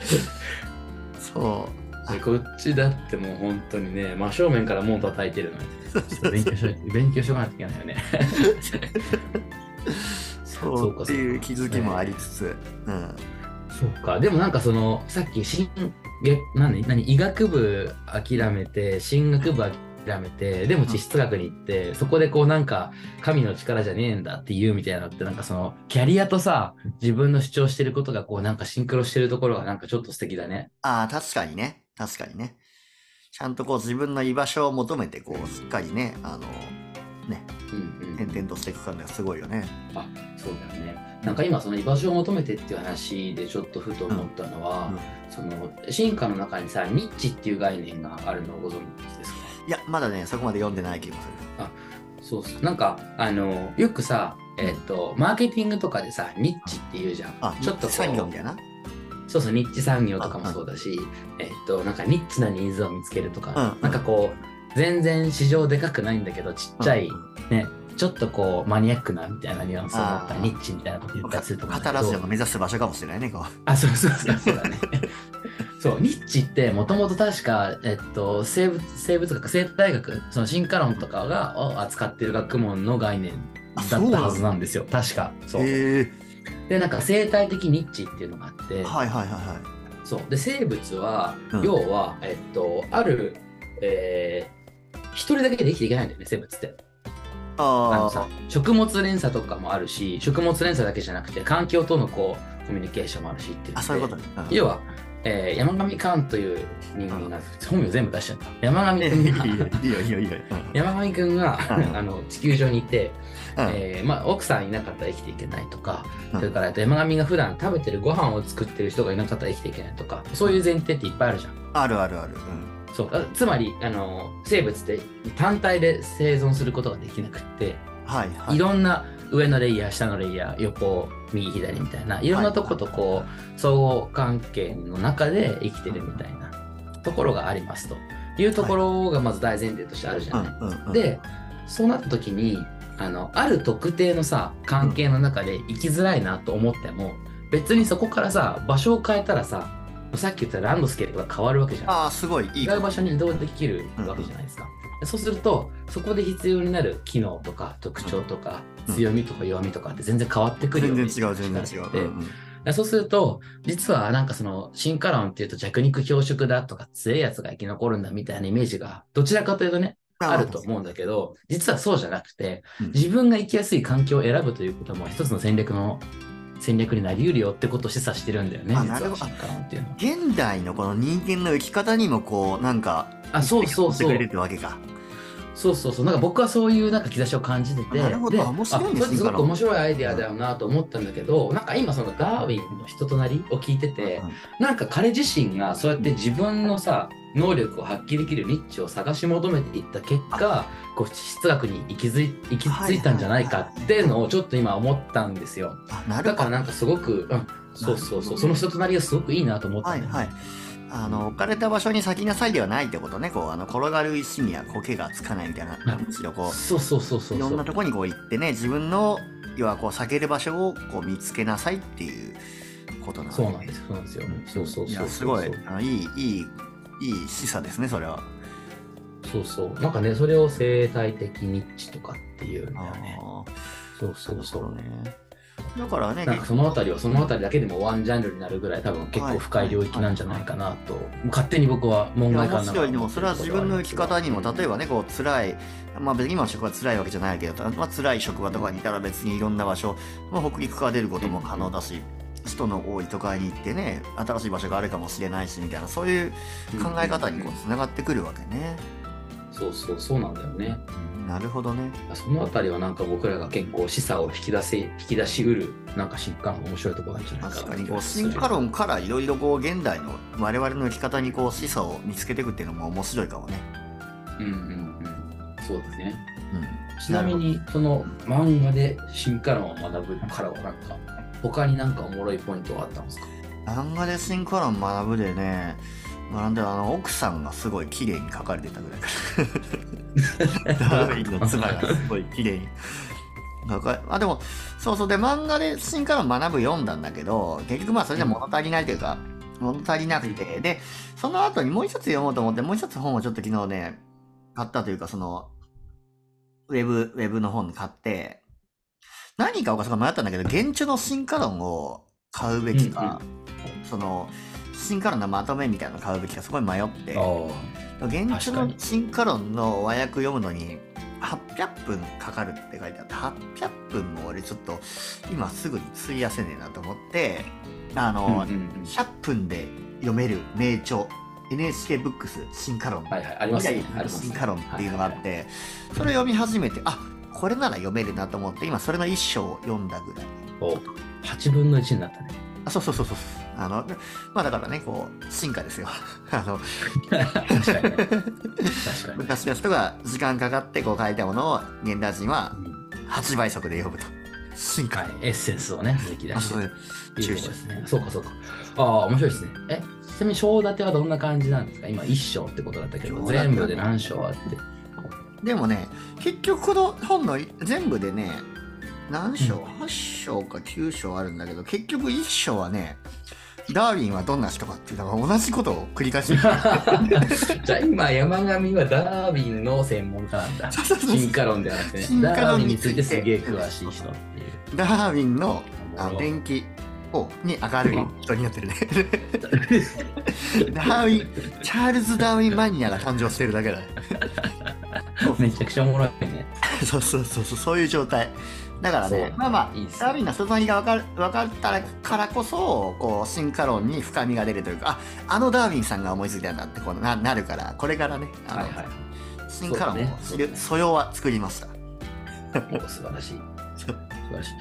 そう。
こっちだってもう本当にね真正面から門叩いてるのに ちょっと勉強しない勉強しとかないといけないよね
そう
そうか
っていう気づきもありつつ、うん。
そうか、でもなんかその、さっき進、げ何何医学部諦めて、進学部諦めて、でも地質学に行って、そこでこうなんか、神の力じゃねえんだって言うみたいなのって、なんかその、キャリアとさ、自分の主張してることがこうなんかシンクロしてるところがなんかちょっと素敵だね。
ああ、確かにね。確かにね。ちゃんとこう自分の居場所を求めて、こう、しっかりね、あの、ね、
うんうん
転々としていく感じがすごいよね。
あそうだよねなんか今その居場所を求めてっていう話でちょっとふと思ったの
う
は、
んうん
その進化の中にさニッチっていう概念があるのをご存知ですか
いや、まだね、そこまで読んでない気がす
そうそうなんかあのよくさえっ、とマーケティングとかでさニッチって言うじゃん
る。あ、
ちょっとこう
産業みたいな。
そうそうニッチ産業とかもそうだしえっ、となんかニッチなニーズを見つけるとか、
うん
なんかこう全然市場でかくないんだけどちっちゃい、
うん
ねちょっとこうマニアックなみたいなニュアンスを持
あ
った
ー
ニッチみたいなこと言ったりすると思うんだ
語
けど
らずでも目指す場所かもしれないね、こう。
あ、そうそうそう、そうだね。そう、ニッチってもともと確か、えっと、生物、生物学、生態大学、その進化論とかがを扱ってる学問の概念
あ
だ
そうな
った
の
はずなんですよ。確か。そう。
へえ
で、なんか生態的ニッチっていうのがあって、
はいはいはいは
そう。で、生物は、
うん
要は、えっと、ある、えー一人だけで生きていけないんだよね、生物って。
い。
あ
あ
のさ食物連鎖とかもあるし、食物連鎖だけじゃなくて、環境とのこう、コミュニケーションもあるしっていうので。
あ、あ、そういうことね。うん
要は、えー山上寛という人間が本名全部出しちゃった山上君が
いいよいいよいいよ。うん
山上君が
うん
あの地球上にいて、
うん
えーまあ、奥さんいなかったら生きていけないとか、
うん
それからえっと山上が普段食べてるご飯を作ってる人がいなかったら生きていけないとかそういう前提っていっぱいあるじゃん。
あるあるある。うん
そうあつまりあの生物って単体で生存することができなくって、、
はいはいい。
ろんな上のレイヤー下のレイヤー横右左みたいないろんなとことこう相互関係の中で生きてるみたいなところがありますというところがまず大前提としてあるじゃ
う
ない。
んうんうん、
でそうなった時にあのある特定のさ関係の中で生きづらいなと思っても別にそこからさ場所を変えたらささっき言ったランドスケープが変わるわけじゃん。
ああ、すごいいいこ
違う
と。
場所に移動できるわけじゃないですか。そうするとそこで必要になる機能とか特徴とか
うん
強みとか弱みとかって全然変わってくるよ
全
ね
然違う、全然違う。
で
うんうん
そうすると実はなんかその進化論っていうと弱肉強食だとか強いやつが生き残るんだみたいなイメージがどちらかというとねあると思うんだけど実はそうじゃなくて
うん
自分が生きやすい環境を選ぶということも一つの戦略の戦略になり得るよってことを示唆してるんだよね
あ
実
なる
は
ほど
進化論っていうのは。
現代のこの人間の生き方にもこうなんか
あそうそう
して
そ
く
う
れる。ってわけか。
そうそうそうなんか僕はそういうなんか兆しを感じてて
なるほど面白いですね
あそれってすごく面白いアイデアだよなと思ったんだけど、なんか今そのダーウィンの人となりを聞いてて、
うん
なんか彼自身がそうやって自分のさ能力を発揮できるニッチを探し求めていった結果こう質学に行きづい行き着いたんじゃないかっていうのをちょっと今思ったんですよ
あな
だ
る
か
ほ
ら
ど。
なんかすごく、うん、そうそうそうその人となりがすごくいいなと思った
は
ん
い
だよね、
はい。あの置かれた場所に咲きなさいではないってことね。こうあの転がる石には苔がつかないみたいな。
うん
むしろこう
そうそうそうそうそう
いろんなとこにこう行ってね自分の要はこう避ける場所をこう見つけなさいっていうことなん
そうなんですよそうなんですよ、そうそう
い
そう
や
そう
すごいあのいいいいいい示唆ですねそれは。
そうそう。なんかね、それを生態的ニッチとかっていうんだよね。
あー
そうそうそう。
ね。だからね
なんかそのあたりはそのあたりだけでもワンジャンルになるぐらい多分結構深い領域なんじゃないかなと、勝手に僕は門
いや
外
面
観な
白いでもそれは自分の生き方にも例えばねこう辛いまあ別に今の職場辛いわけじゃないけど、まあ、辛い職場とかにいたら別にいろんな場所、まあ、北陸から出ることも可能だし人の多い都会に行ってね新しい場所があるかもしれないしみたいなそういう考え方にこうつながってくるわけね。
そうそうそうなんだよね
なるほどね。
そのあたりはなんか僕らが結構示唆を引き出せ引き出しうるなんか疾患面白いところなんじゃないかな
確かに
気
こう
がする
進化論からいろいろこう現代の我々の生き方にこう示唆を見つけていくっていうのも面白いかもね。
うんうんうんそうだね
うん、
ちなみにその漫画で進化論を学ぶからはなんか他になんかおもろいポイントはあったんですか
漫画で進化論学ぶでね学んであの奥さんがすごい綺麗に描かれてたぐらいからダーウィンの妻がすごい綺麗に描かれあでもそうそうで漫画で進化論学ぶ読んだんだけど結局まあそれじゃ物足りないというか、物足りなくてでその後にもう一つ読もうと思ってもう一つ本をちょっと昨日ね買ったというかそのウェブウェブの本買って何かおかしいか迷ったんだけど現地の進化論を買うべきか、
うんうん
その進化論のまとめみたいなの買うべきかすごい迷って
あ
現地
確か
の
に
進化論の和訳読むのに800分かかるって書いてあって800分も俺ちょっと今すぐに費やせねえなと思ってあ
あ
の、
うんうんうん
100分で読める名著 NHK ブックス進化論
はいはい、ありますね。あります
進化論っていうのがあって、それを読み始めてあこれなら読めるなと思って今それの一章を読んだぐらい
お8分の1になったね。
あそうそうそうそうあのまあだからねこう進化ですよ あの
確かにね。確かに。
昔の人が時間かかってこう書いたものを現代人は
うん
8倍速で読むと進化
はい、エッセンスをね、抜き出
あ
して
そう
と
い
い
う
うところですね。そうか、そうか。ああ、面白いですね。え、ちなみに章立てはどんな感じなんですか今、一章ってことだったけど、
章立ては
全部で何章あって。
でもね結局この本の全部でね何章、8章か9章あるんだけど結局1章はねダーウィンはどんな人かっていうのが同じことを繰り返して る
じゃあ今、山上はダーウィンの専門家なんだ。
そうそうそう
進化論ではなくて
進
ね、
化論
ダーウィンについてすげえ詳しい人っていう。
ダーウィンのあの電
勉
気をに明るい人になってるねダーウィンチャールズ・ダーウィンマニアが誕生してるだけだね
強 めちゃくちゃおもろいね。
そうそうそうそうそういう状態だからね
そう
まあまあ
いいっすね
ダーウィンの人となりが分かる分かったからこそこう進化論に深みが出るというかああのダーウィンさんが思いついたんだってこうななるからこれからねあの、
はいはい。
進化論を
そ
知
うだね
る素養は作りました
お素晴らしい。素晴らしい。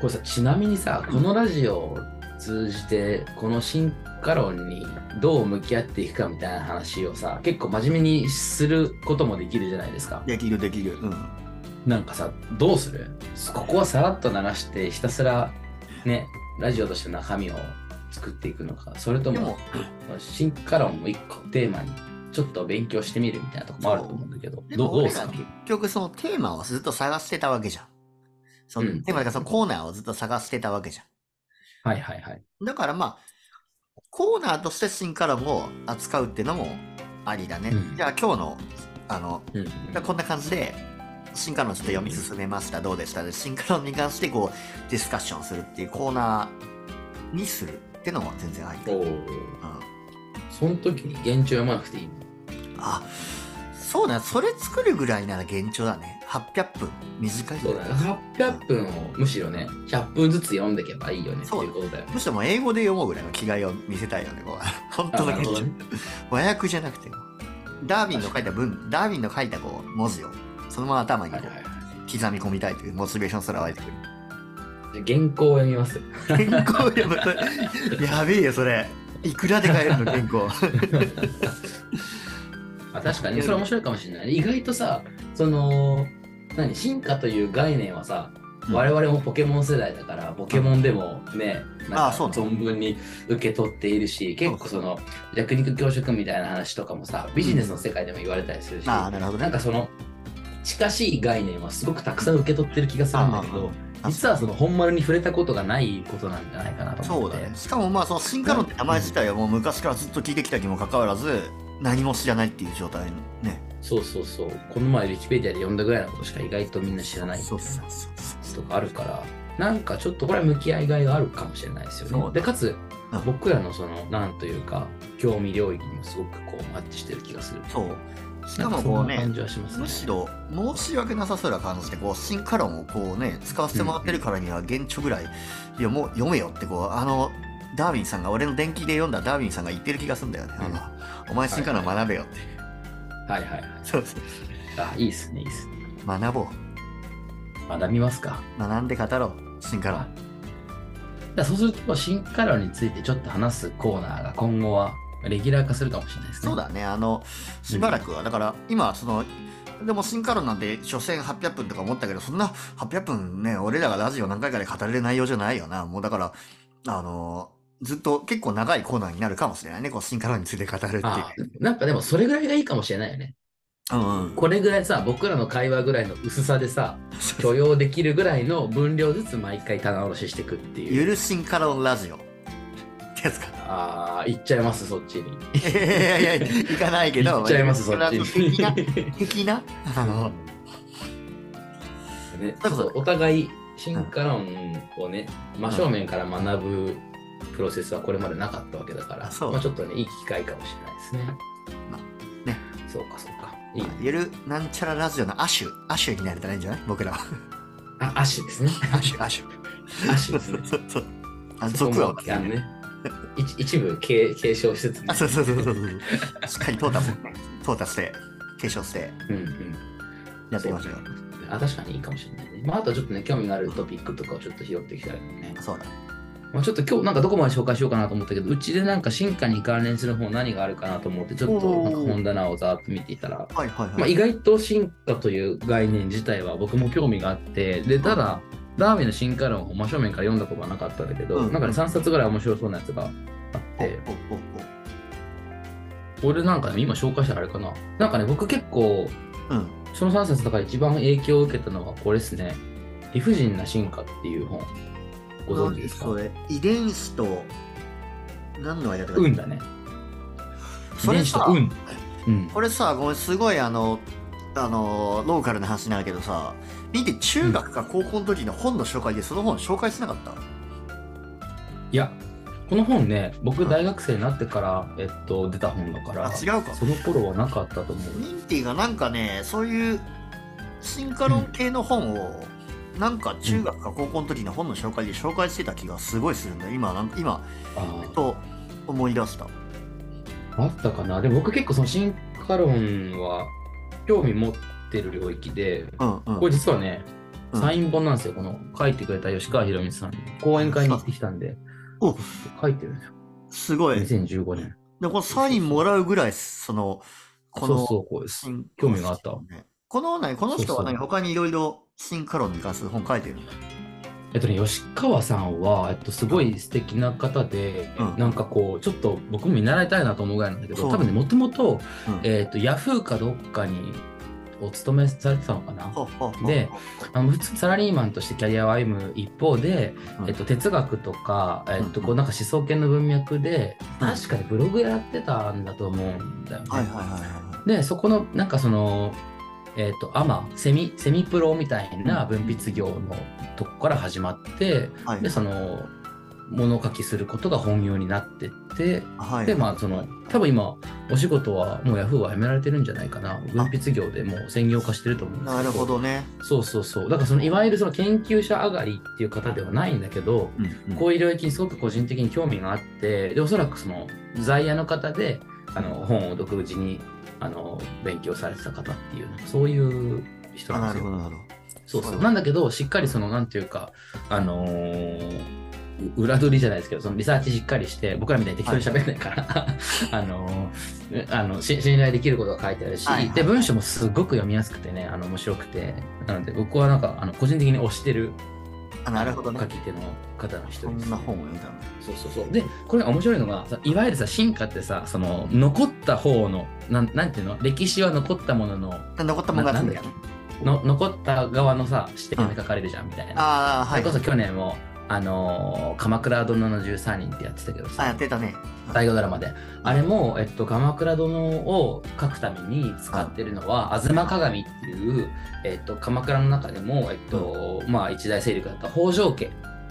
これさ、ちなみにさ、このラジオを通じて、この進化論にどう向き合っていくかみたいな話をさ、結構真面目にすることもできるじゃないですか。
できるできるうん
なんかさ、どうするここはさらっと流して、ひたすらね、ラジオとして中身を作っていくのか、それと
で
も
も
進化論も一個テーマにちょっと勉強してみるみたいなとこもあると思うんだけど、
で
ど
も
うどう
俺
す
ら
か
結局そのテーマをずっと探してたわけじゃん。その
うん
テーマだからそのコーナーをずっと探してたわけじゃ
はいはいはい。
ん。だからまあ、コーナーとして進化論を扱うっていうのもありだね。
うん
じゃあ今日の、あの、
うんうん
じゃあこんな感じで、進化論ちょっと読み進めました。どうでしたで、進化論に関してこう、ディスカッションするっていうコーナーにするっていうのも全然ありだ。
お
うん。
ーその時に現状読まなくていいの
あ、そうだ、それ作るぐらいなら現状だね。800分。短い
そうだね。800分をむしろね、100分ずつ読んでいけばいいよねっていうことだよね。
むしろもう英語で読もうぐらいの気概を見せたいよね、こ う本当の現
あなるほど
状
ね。
和訳じゃなくても。ダーウィンの書いた文、ダーウィンの書いたこう文字を、そのまま頭に
は
こ
いうはい
刻
はい
み込みたいというモチベーションすら湧いてくる。
じゃあ原稿を読みます。
原稿やばい。やべえよ、それ。いくらで買えるの、原稿。
あ確かにそれ面白いかもしれない。意外とさ、その、何、進化という概念はさ、我々もポケモン世代だから、ポケモンでもね、な
あ
んか
そうね
存分に受け取っているし、結構その、弱肉強食みたいな話とかもさ、ビジネスの世界でも言われたりするし、
ああ、なるほど
なん
ね。
かその、近しい概念はすごくたくさん受け取ってる気がするんだけど、
あ
実はその本丸に触れたことがないことなんじゃないかなと
そ
思
う
って
だね。しかもまあ、その進化論って名前自体はもう昔からずっと聞いてきたにもかかわらず、何も知らないっていう状態ね。
そうそうそうこの前ウィキペディアで読んだぐらいのことしか意外とみんな知らない
そうそうそうそう。
とかあるからなんかちょっとこれは向き合いがいがあるかもしれないですよ
そう
ね
だ
でかつ
うん
僕らのそのなんというか興味領域にもすごくこうマッチしてる気がする
そう。し
な
かも
んかそ
こうん
な
ね
感、じはしますね
むしろ申し訳なさそうな感じでこう進化論をこうね使わせてもらってるからには現著ぐらい読もう読めよってこうあのダーウィンさんが俺の電気で読んだダーウィンさんが言ってる気がするんだよね、
うん
あのお前進化論学べよって、
はいはいはい
そうそう
あいいっすねいいっすね
学ぼう
学びますか
学んで語ろう進化論
だからそうすると進化論についてちょっと話すコーナーが今後はレギュラー化するかもしれないですね
そうだねあのしばらくはだから今そのでも進化論なんて所詮800分とか思ったけどそんな800分ね俺らがラジオ何回かで語れる内容じゃないよなもうだからあのずっと結構長いコーナーになるかもしれないねこう進化論について語るっていう
あなんかでもそれぐらいがいいかもしれないよね。
うんうん、
これぐらいさ、僕らの会話ぐらいの薄さでさ、許容できるぐらいの分量ずつ毎回棚卸ししていくっていう。
ゆる進化論ラジオってやつか。
ああ、いっちゃいます、そっちに。
いやいやいや、いかないけど、
いっちゃいます、そ
そ
っち
的な、
に。
的な、あの、
ね、そうそうお互い進化論をね、真正面から学ぶプロセスはこれまでなかったわけだから、
そう
まあ、ちょっとね、いい機会かもしれないですね。
まあね。
そうか、そうか。いい。
ゆるなんちゃらラジオのアシュ、アシュになれたらいいんじゃない僕ら は。
あ、足 ですね。
アシュ、アシュ。
足ですね。
そうそう。あ
そこ
族
も
は、
あのね、一一部継継承しつつね、
あ、そうそうそうそうそう。しっかり淘汰も、淘汰して、継承して、
うんうん。
やっていきましょうよ。
ああ、確かにいいかもしれないね。まあ、あとはちょっとね、興味があるトピックとかをちょっと拾っていきたいよね。
そうだ。
まあ、ちょっと今日なんかどこまで紹介しようかなと思ったけど、うちでなんか進化に関連する本何があるかなと思って、ちょっとなんか本棚をざーっと見ていたら、
はいはいはい。
まあ、意外と進化という概念自体は僕も興味があって、で、ただ、ダーウィンの進化論を真正面から読んだことはなかったんだけど、
うん
なんかね、3冊ぐらい面白そうなやつがあって、
おおお
これなんかね、今紹介したあれかな。なんかね、僕結構、
おうん。
その3冊だから一番影響を受けたのはこれですね。理不尽な進化っていう本。ご存知ですか
何それ遺伝子と何の間とか、
運だね。
それさ、
運。うん。
これさごめんすごいあのあのローカルな話になるけどさ見て中学か高校の時の本の紹介でその本紹介しなかった、
いや、この本ね、僕大学生になってから、えっと、出た本だから、
あ違うか
その頃はなかったと思う。
ミンティがなんかねそういう進化論系の本を、なんか中学か高校の時の本の紹介で紹介してた気がすごいするんだよ今なんか今
あ
と思い出した
ああったかな。でも僕結構その進化論は興味持ってる領域で、
うんうん
これ実はね、
うん
サイン本なんですよ。この書いてくれた吉川博美さん。講演会に行ってきたんで、
お
書いてるんですよ。
すごいで
2015年。
このサインもらうぐらいそのこの
そうそう、こうです。
進
興味があったわ
この何この人は何
そうそう
他にいろいろ進化論に関する本書いてるの
えっとね、吉川さんは、えっと、すごい素敵な方で、
うん
なんかこう、ちょっと僕も見習いたいなと思うぐらいなんだけ
そ
ど、
う
多分ね、もともと、
うん
えっと、ヤフーかどっかにお勤めされてたのかな。
ほうほうほう
であの普通にサラリーマンとしてキャリアを歩む一方で、
うん
えっと、哲学とか、えっと、
うん
こうなんか思想系の文脈で、
うん
確かにブログやってたんだと思うんだよね。
はいはいはいは
でそこのなんかそのえっ、とアマセミセミプロみたいな分泌業のとこから始まって
いはい
でその物書きすることが本業になってって
はい
でまあその多分今お仕事はもうヤフーはやめられてるんじゃないかな分泌業でもう専業化してると思うんです
な
け
るほどね、
そうそうそうだからそのいわゆるその研究者上がりっていう方ではないんだけど
うん
こういう領域にすごく個人的に興味があってでおそらくその在野の方であの本を独自にあの勉強されてた方っていうそういう人
あ
な
な
んで
る
す
ほ
よ。
どなるほ
そう
そ
そうう
だ
なんだけどしっかりそのなんていうかあのーう裏取りじゃないですけどそのリサーチしっかりして僕らみたいに適当に喋んないから、 あのーあのし信頼できることが書いてあるし、
はいはい
で文章もすごく読みやすくてねあの面白くてなので僕はなんかあの個人的に推してる
どあなるほど
書
ね
き手の方の一人
こん
です、ね
な。本を読んだの
そうそうそうでこれが面白いのがさいわゆるさ進化ってさその残った方のなんなんていうの歴史は残ったものの
で残ったもん勝ちみ
な
たい
な
なん
の残った側のさ視点で書かれるじゃんみたいな、
ああはい
それこそ去年も「あのー鎌倉殿の13人」ってやってたけど
あや
さ
ってたね
大河ドラマであれも、えっと、鎌倉殿を書くために使ってるのは「吾妻鏡」っていう、えっと、鎌倉の中でも、えっとまあ、一大勢力だった北条家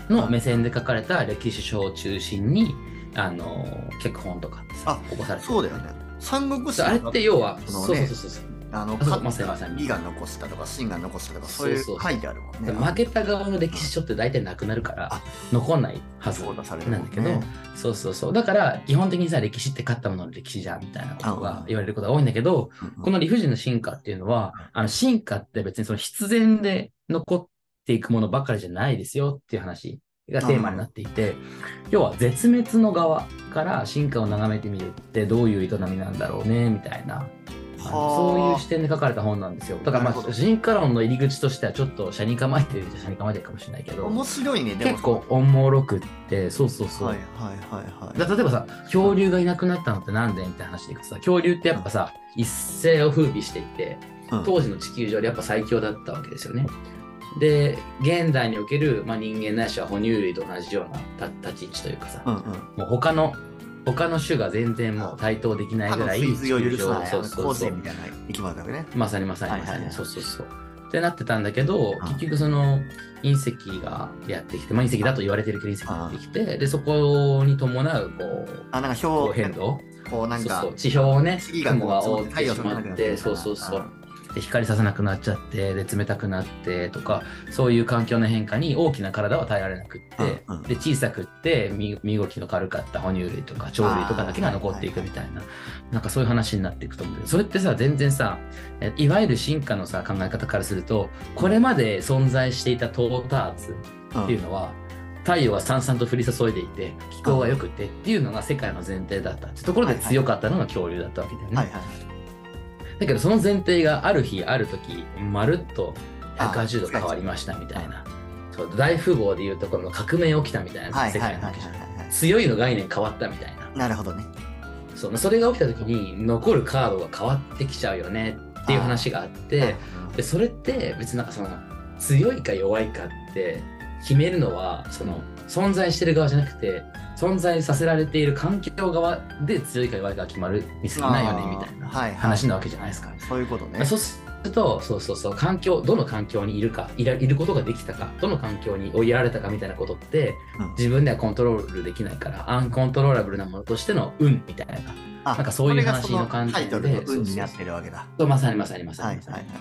の目線で書かれた歴史書を中心にあの脚本とかさ
あ
起こされてる
そうだよね三国志
そうあれって要は
その
そう
ね
そうそうそう
あの
あそ
勝
うまさに
っ
まさ
た
に
義が残したとか真が残したとかそういう
そうそう
書
そう
いてあるもんね
負けた側の歴史書って大体なくなるから
あ
残んないはず
そうだされる
な
も
ん
ん
だ
ね
けど、そうそうそうだから基本的にさ歴史って勝ったものの歴史じゃんみたいなこと
あう
が
ん
言われることが多いんだけど、
うんうん
この理不尽の進化っていうのは、あの進化って別にその必然で残っていくものばかりじゃないですよっていう話がテーマになっていて、要は絶滅の側から進化を眺めてみるってどういう営みなんだろうねみたいな。あのそういう視点で書かれた本なんですよ。だから
なるほ
まあ
ど
進化論の入り口としてはちょっと車に構えてるじゃ車に構えてるかもしれないけど、
面白いねでも
結構おもろくってそうそうそう。
はいはいはいはい
だ例えばさ恐竜がいなくなったのってなんでみたいな話でいくとさ恐竜ってやっぱさ一世を風靡していて
うん
当時の地球上でやっぱ最強だったわけですよね。で現代における、まあ、人間ないしは哺乳類と同じようなた立ち位置というかさ、
うんうん
もう他の他の種が全然もう対等できない
あ
ぐ
の
らい
水水を許さない、あ
そう
の
そう
洪
そ
水
う
みたいな生き物だわけね。
まさにまさに
はい
ま
はい
さ
はい
に、そうそうそう。ってなってたんだけど、
ん
結局その隕石がやってきて、まあ、隕石だと言われてるけど隕石がやってきて、でそこに伴うこう
あ、なんか
気候
氷
変動
こうなんか
そうそう地表をね
月がこう
雲が覆っ
太
て
陽
し
とか
ま
な
っ
くなってて
そうそうそうで光させなくなっちゃってで冷たくなってとかそういう環境の変化に大きな体は耐えられなくって、
うんうん
で小さくって身身動きの軽かった哺乳類とか鳥類とかだけが残っていくみたいななんかそういう話になっていくと思うけどそれってさ全然さえいわゆる進化のさ考え方からするとこれまで存在していたトーターツ
うん
っていうのは太陽がさんさんと降り注いでいて気候が良くてっていうのが世界の前提だったってところで強かったのが恐竜だったわけだよね。
はいはい。
だけどその前提がある日ある時まるっと180度変わりましたみたいなそう大富豪でいうところの革命起きたみた
は
いない世
はい
界
はい
の
は
わ
い
けじゃん
は。
強いの概念変わったみたいない
なるほどね。
そうそれが起きた時に残るカードが変わってきちゃうよねっていう話があってでそれって別になんかその強いか弱いかって決めるのはその存在してる側じゃなくて存在させられている環境側で強いか弱いかが決まるに過ぎないよねみたいな
あーはいはい
話なわけじゃないですか。
そういうことね。
そうするとそうそうそう環境どの環境にいるかいらいることができたかどの環境に追いやられたかみたいなことって
うん
自分ではコントロールできないからアンコントローラブルなものとしての運みたいな
あ
なんかそういう
これがそ
話の観点で
タイトルの運になってるわけだ。
そうまさにまさにまさ
はい
にま
は
さ
い
に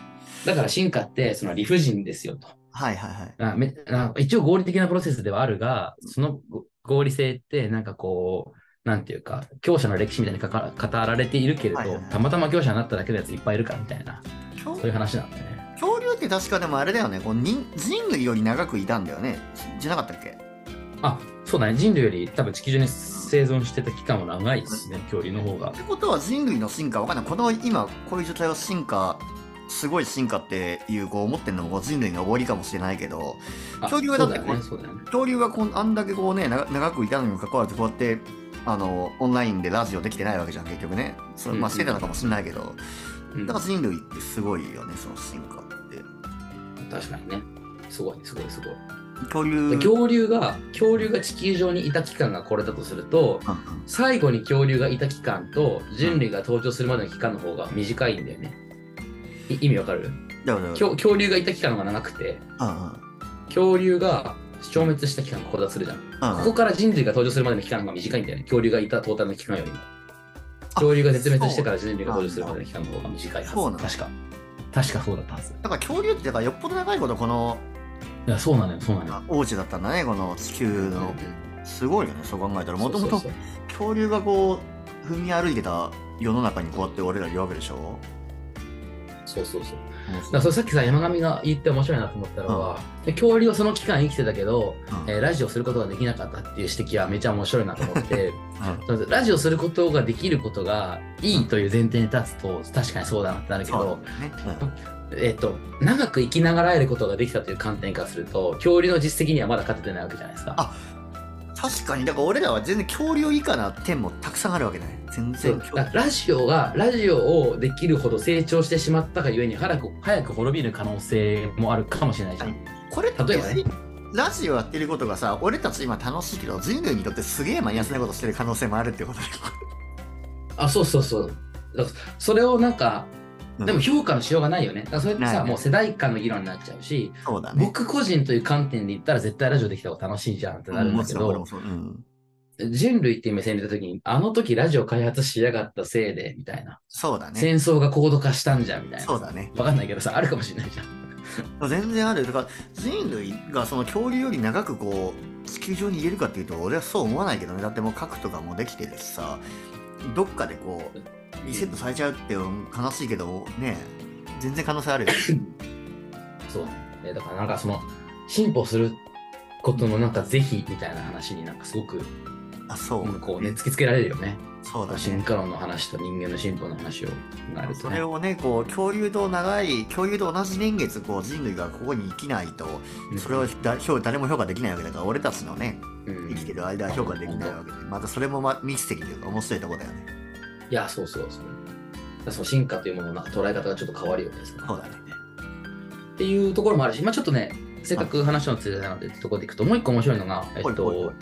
だから進化ってその理不尽ですよと
はい。はいはいはい。
あめあ一応合理的なプロセスではあるがそのご合理性ってなんかこうなんていうか強者の歴史みたいにかか語られているけれど、
はいはいはい
たまたま強者になっただけのやついっぱいいるからみたいな
恐
そういう話なんだよね。
恐竜って確かでもあれだよね。こう人人類より長くいたんだよね。じゃなかったっけ
あそうだね人類より多分地球上に生存してた期間も長いですね恐竜の方が
ってことは人類の進化わかんないこの今こういう状態を進化すごい進化っていうこう思ってるのも人類の終わりかもしれないけど
あ
恐竜はだって
そうだよねそうだよね
恐竜はこんあんだけこうね長長くいたのにもかかわらずこうやってあのオンラインでラジオできてないわけじゃん結局ねそれまあ
うんう
し
ん
てたのかもしれないけど、
うん
だから人類ってすごいよねその進化って
確かにねすごいすごいすごい
恐竜
で恐竜が恐竜が地球上にいた期間がこれだとすると
うんうん
最後に恐竜がいた期間と人類が登場するまでの期間の方が短いんだよねい意味わかる
だから
恐恐竜がいた期間が長くて
うんうん
恐竜が消滅した期間がここだとするじゃん
うん
ここから人類が登場するまでの期間が短いんだよね。恐竜がいたトータルの期間よりも。恐竜が絶滅してから人類が登場するまでの期間の方が短いはず。
そうなんだ
確か。確かそうだったはず。
だから恐竜ってだからよっぽど長いことこの
いや、そうなのよ、そうなのよ。
王子だったんだねこの地球のすごいよねそう考えたらもともと
そうそう
恐竜がこう踏み歩いてた世の中にこうやって俺らいるわけでしょ
そうそうそう。だからそれさっきさ、山上が言って面白いなと思ったのは、で恐竜はその期間生きてたけど、
うん
えーラジオすることができなかったっていう指摘はめちゃ面白いなと思 って、
うん
そうですラジオすることができることがいいという前提に立つと、確かにそうだなってなるけ
そう
ど、
ね
えっと、長く生きながらえることができたという観点からすると恐竜の実績にはまだ勝ててないわけじゃないですか。
あうん確かにだから俺らは全然恐竜以下な点もたくさんあるわけだね全
そ
然
う
恐
だラジオがラジオをできるほど成長してしまったがゆえに早く早く滅びる可能性もあるかもしれないじゃん。
これって
例えばね
別にラジオやってることがさ俺たち今楽しいけど人類にとってすげえマイナスなことしてる可能性もあるってことだよ
あそうそうそうだからそれをなんか
うん
でも評価のしようがないよね。だからそれって
ない
さ
ね
もう世代間の議論になっちゃうし、
そうだね
僕個人という観点で言ったら絶対ラジオできた方が楽しいじゃんってなるんだ
も
け
ちろん
ど、
俺もそう、うん、
人類っていう目線で言った時にあの時ラジオ開発しやがったせいでみたいな。
そうだね
戦争が高度化したんじゃみたいな。
そうだね
わかんないけどさ、あるかもしれないじゃん。
全然あるだから人類がその恐竜より長くこう地球上にいれるかっていうと俺はそう思わないけどねだってもう核とかもできてるしさどっかでこうリセットされちゃうって悲しいけどね全然可能性あ るよ
そうなんだよね。だからなんかその、進歩することのなんか是非みたいな話になんかすごく、
あそう、
こうね、突きつけられるよね。
そうだ
進
ね
化論の話と人間の進歩の話をなると、
そ
ね
れ。をねこう恐竜と長い恐竜と同じ年月こう人類がここに生きないとそれをだ評誰も評価できないわけだから俺たちのね
うん
生きてる間は評価できないわけでまたそれもまミステリーというか面白いとこだよね
いや、そうそうそう。だからその進化というもののなんか捉え方がちょっと変わるよね。
そうだね
っていうところもあるし、まあ、ちょっとね、せっかく話のつれなのでってところでいくと、もう一個面白いのが、
は
えっ
いはい
と、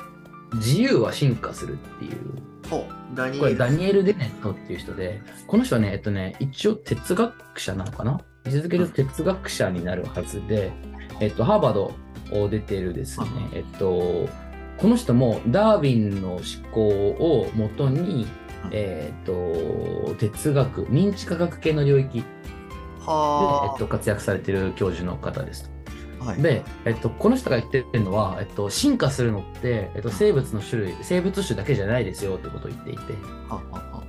自由は進化するっていう
ほうダニ
こ
エ
れ
ル
ダニエル・デネットっていう人で、この人はね、えっとね、一応哲学者なのかな位置づけると哲学者になるはずで、えっと、ハーバードを出てるですね、えっと、この人もダーウィンの思考をもとに
うん、
えっと、哲学、認知科学系の領域で、
は
えっと、活躍されてる教授の方ですと。
あ、はい、
で、えっと、この人が言ってるのは、えっと、進化するのって、えっと、生物の種類生物種だけじゃないですよってことを言っていて
ははは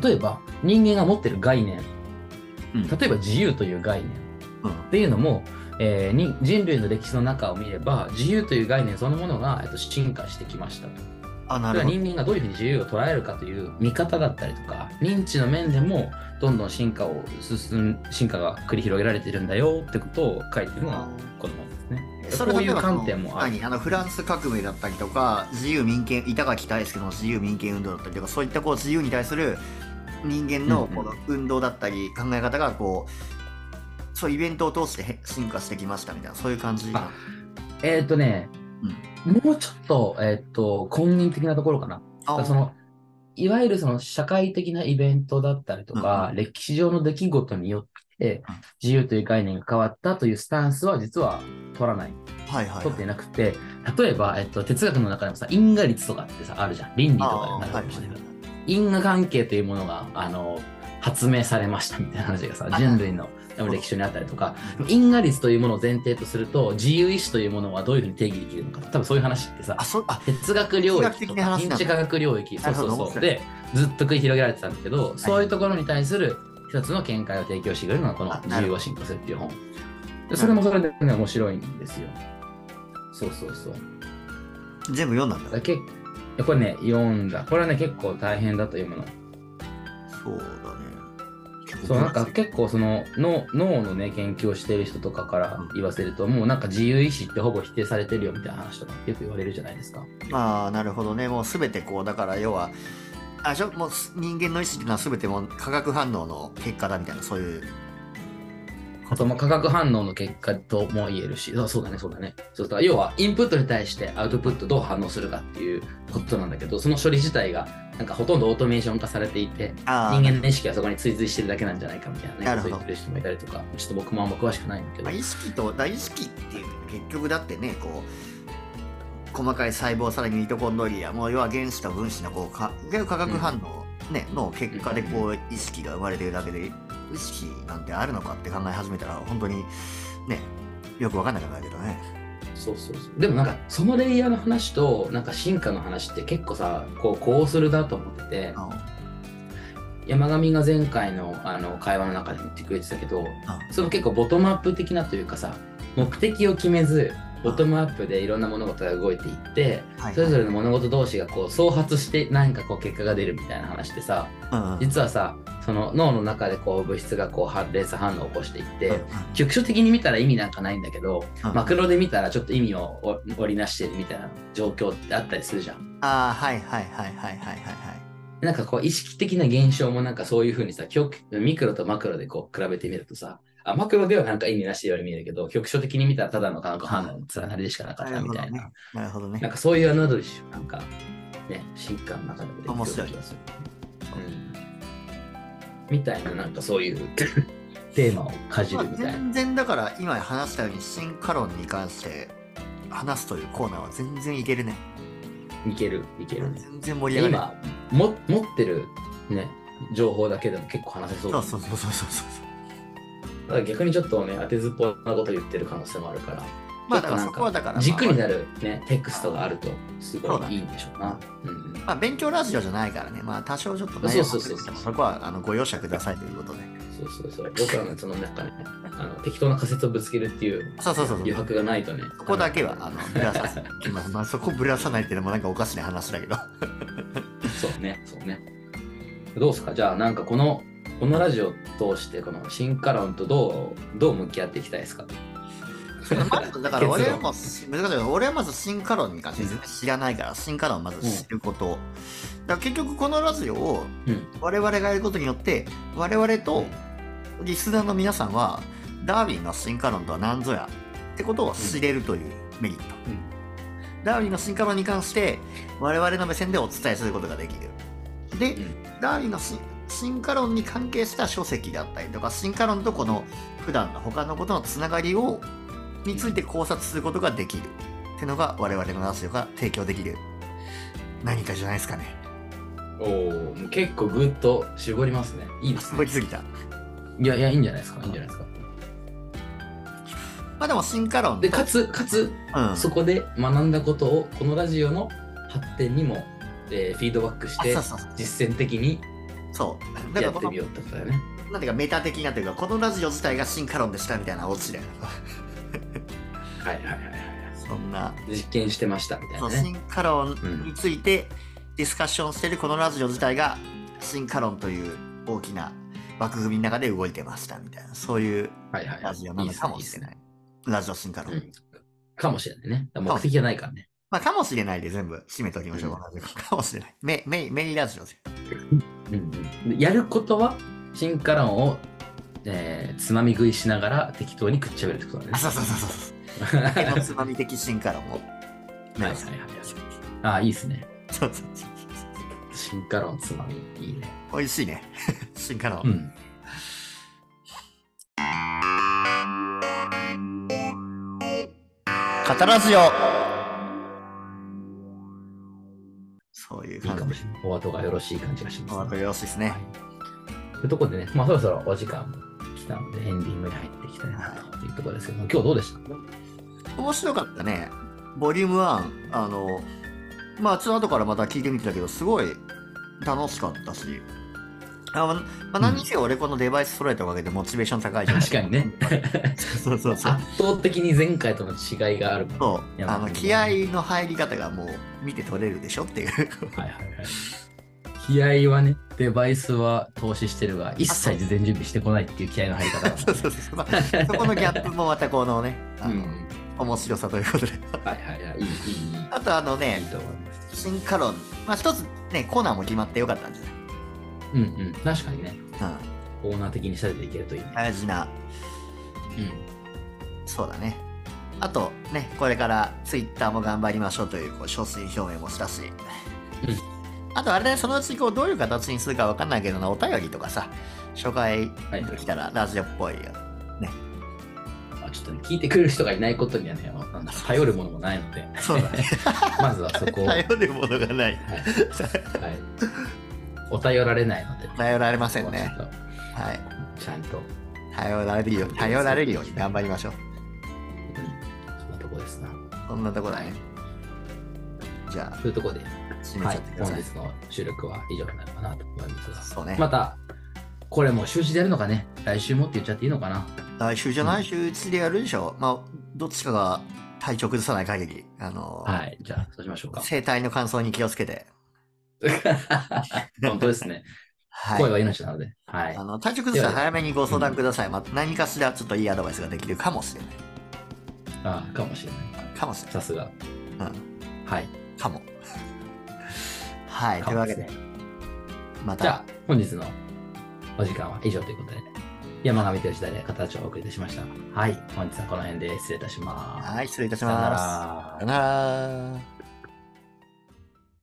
例えば人間が持ってる概念
うん
例えば自由という概念
うん
っていうのも、えーに人類の歴史の中を見れば自由という概念そのものが、えっと、進化してきましたと。
あな
それ
る
は
ほど
人間がどういうふうに自由を捉えるかという見方だったりとか認知の面でもどんどん進化を進む進化が繰り広げられてるんだよってことを書いてるのはこの本ですね。
それ
こう
例
い
え
う
ば
観点もある。
何あのフランス革命だったりとか自由民権板垣大輔の自由民権運動だったりとかそういったこう自由に対する人間の
うんうん
この運動だったり考え方がこうそういうイベントを通してへ進化してきましたみたいなそういう感じな
あえっ、とね、もうちょっと,、えっと根源的なところかな。だからそのいわゆるその社会的なイベントだったりとか、歴史上の出来事によって
うん
自由という概念が変わったというスタンスは実は取らない。
はいはい
取ってなくて、例えば、えっと、哲学の中でもさ因果率とかってさあるじゃん倫理とか
あ
にな
ー
る
は
か
い
もしれな
は
い、
い
因果関係というものがあの発明されましたみたいな話がさ
はい
人類のでも歴史にあったりとか因果率というものを前提とすると自由意志というものはどういうふうに定義できるのか多分そういう話ってさ
あそうあ
哲学領
哲学
域
的
と
な
か
話なん
認
だ
知科学領域
な
そう
るほ
そ
ど
うそうでずっと繰り広げられてたんだけど、そういうところに対する一つの見解を提供してくれるのがこの
あ
「
な
自
る
由
ほ
を進化する」っていう本でそれもそれでね面白いんですよそうそうそう
全部読んだん
だ
だ
からけこれね読んだこれはね結構大変だというもの
そうだね結構
そうなんか結構その脳脳のね研究をしている人とかから言わせると、もうなんか自由意志ってほぼ否定されてるよみたいな話とかよく言われるじゃないですか
ああなるほどねもう全てこうだから要はあじゃもうす人間の意思っていうのは全てもう化学反応の結果だみたいなそういう
あとまあ化学反応の結果とも言えるし、あそうだね、そうだね。そうだ要は、インプットに対してアウトプットどう反応するかっていうことなんだけど、その処理自体が、なんかほとんどオートメーション化されていて、
あ
人
ー
間の意識はそこに追随してるだけなんじゃないかみたいなね、
なるほ
そう
ど
言ってる人もいたりとか、ちょっと僕もあんま詳しくないんだけど
まあ、、意識と大意識っていうのは結局だってねこう細かい細胞さらにミトコンドリアもう要は原子と分子のこうか化学反応、ね、の結果でこう意識が生まれてるだけで意識なんてあるのかって考え始めたら本当にねよく分かんなくなるけどね。
そうそうそう。でもなんか、そのレイヤーの話と、なんか進化の話って結構さ、こう、こうするなと思ってて、
あの
山上が前回のあの会話の中で言ってくれてたけど、その結構ボトムアップ的なというかさ目的を決めずボトムアップでいろんな物事が動いていって
はい
それぞれの物事同士がこう創発して何かこう結果が出るみたいな話でさ
うんうん
実はさその脳の中でこう物質がこう発連鎖反応を起こしていって、
うん
局所的に見たら意味なんかないんだけど、
うん
マクロで見たらちょっと意味をお織りなしてるみたいな状況ってあったりするじゃん。
ああはいはいはいはいはいはいはい。
なんかこう意識的な現象もなんかそういうふうにさ極ミクロとマクロでこう比べてみるとさあマクロではなんか意味なしように見えるけど局所的に見たらただの化学反応の連なりでしかなかったみたいな,、
なるほどね。
なんかそういう侮るしなんかね進化の中でもでき
面
そう
白
ない気がする、うん、みたいななんかそういうテーマをかじ
まあ
るみたいな、
全然だから今話したように進化論に関して話すというコーナーは全然いけるね。
いけるいけるね
全然盛り上がる。
今も持ってるね情報だけでも結構話せそ
そ
うだ
う
ね
そうそうそうそうそう。
だから逆にちょっとね当てずっぽなこと言ってる可能性もあるから
まあだからそこはだから
軸にな
る。
る、ね、テクストがあるとすごいいいんでしょうな。うん
まあ勉強ラジオじゃないからね。まあ多少ちょっとね。
そうそうそうそう
そこはあのご容赦くださいということで。
そうそうそう。僕らのその中ね、あの適当な仮説をぶつけるっていう
そうそうそうそう
余白がないとね。
ここだけはあのぶらさず きます。まあそこぶらさないっていうのもなんかおかしな話だけど。
そうね、そうね。どうですかじゃあなんかこの、このラジオを通して、この進化論とどう、どう向き合っていきたいですか
まずだから俺はもう難しいけど俺はまず進化論に関して全然知らないから進化論をまず知ること、だから結局このラジオを
うん。
我々がやることによって我々とリスナーの皆さんはダーウィンの進化論とは何ぞやってことを知れるというメリット、
うん
ダーウィンの進化論に関して我々の目線でお伝えすることができるで、
うん
ダーウィンの進進化論に関係した書籍だったりとか進化論とこの普段の他のことのつながりをについて考察することができるってのが我々のラジオが提供できる何かじゃないですかね
おお結構ぐっと絞りますね。いいですね。
絞りすぎた
いやいや、いいんじゃないですか、いいんじゃないですか。
まあでも進化論
で、かつ、かつ、
うん、
そこで学んだことを、このラジオの発展にも、えーフィードバックして
あ、そうそうそう
実践的に
そうだか
や
ら
っ
こ
て
の
みようってことだよね。
なんていうかメタ的なというかこのラジオ自体が進化論でしたみたいなオチで
はいはいはいはい。
そんな、
実験してましたみたい
そ
な
う
ね。
進化論についてディスカッションしてるこのラジオ自体が進化論という大きな枠組みの中で動いてましたみたいなそういう
はいはい。
ラジオなのかもしれないいラジオ進化論、
うんかもしれないね。だから目的じゃないからね。
まあかもしれないで全部締めておきましょう、
うん
このラジオかもしれないメメインメインラジオで
うんうんでやることは進化論を、えーつまみ食いしながら適当に食っちゃべるってことだね
あ。そうそうそうそうそう
は
酒
いは
のつまみ的進化論を
いはいはいああ、いいですね。
そうそうそう
進化論つまみ、いいね。
美味しいね 進化論、
うん。
語らずよそういう
いい
感
かもしれない。お後がよろしい感じがし
じ。お
ます、
後
ね。
よろしいですね。
というところでね、まあそろそろお時間も来たので、エンディングに入っていきたいなというところですけど、今日どうでした
面白かったね。ボリューム1、あの、まあ、ちょっと後からまた聞いてみてたけど、すごい楽しかったし、あまあ、何にせよ俺このデバイス揃えたおかげでモチベーション高いじゃん。
確かにね。
そうそう そう。
圧倒的に前回との違いがあるもん
そう
いや
あの気合の入り方がもう見て取れるでしょ っていう
はいはいはい。気合はね、デバイスは投資してるが、一切事前準備してこないっていう気合の入り 方だもんね
そうそうそう、まあ、そこのギャップもまたこのねあ
う
の、
ん。
面白さということで
はいはいはい。いい、い
あとあのね
い、いいと思います。
進化論、まあ、一つね、コーナーも決まってよかったんじゃ
うんうん。確かにね、
ない、
オーナー的にしたていけるといいね
うん、。大事な、
うん。
そうだね。あと、ね、これからツイッターも頑張りましょうという、こう、昇進表明もしたし。あと、あれだね、そのうち、こう、どういう形にするかわかんないけどな、お便りとかさ、紹介
はい
できたら、ラジオっぽいよ。
まあちょっとね、聞いてくれる人がいないことにはね、まあなんだ頼るものもない ので、
そうだね。
まずはそこを、はい
頼るものがない。
はい、お頼られないので、
頼られませんね。
ちょっと
はい。
ちゃんと、
頼られるように、頼られるように頑張りましょう。
うん、そんなとこですな。
そんなとこだね。じゃあ、
というところで、
締め
は
ち
い
ゃって、くだ
本
さい。
日の収録は以上になるかなと思いますが、
そうね。
また、これもう週一でやるのかね、来週もって言っちゃっていいのかな。
来週じゃな
う
い、週1でやるでしょ。まあ、どっちかが体調崩さない限り、あの、
はい、じゃあ、そうしましょうか。
声帯の乾燥に気をつけて、
本当ですね。
は
声
い。
は命なので、はい
あ。の体調崩したら早めにご相談ください。まあ、何かしらちょっといいアドバイスができるかもしれない。
ああ、かもしれない。
かもしれ
さすが。
ない。うん。
はい。
かも。はい。と
か
いう
も
わ
で
け
すね
で、ま
じゃ
た
あ、本日のお時間は以上ということで、山上手吉田で形をお送りいたしました。はい、本日はこの辺で失礼いたします。
はい。失礼いたし
さよな
ます。さ
ら
よ。なら。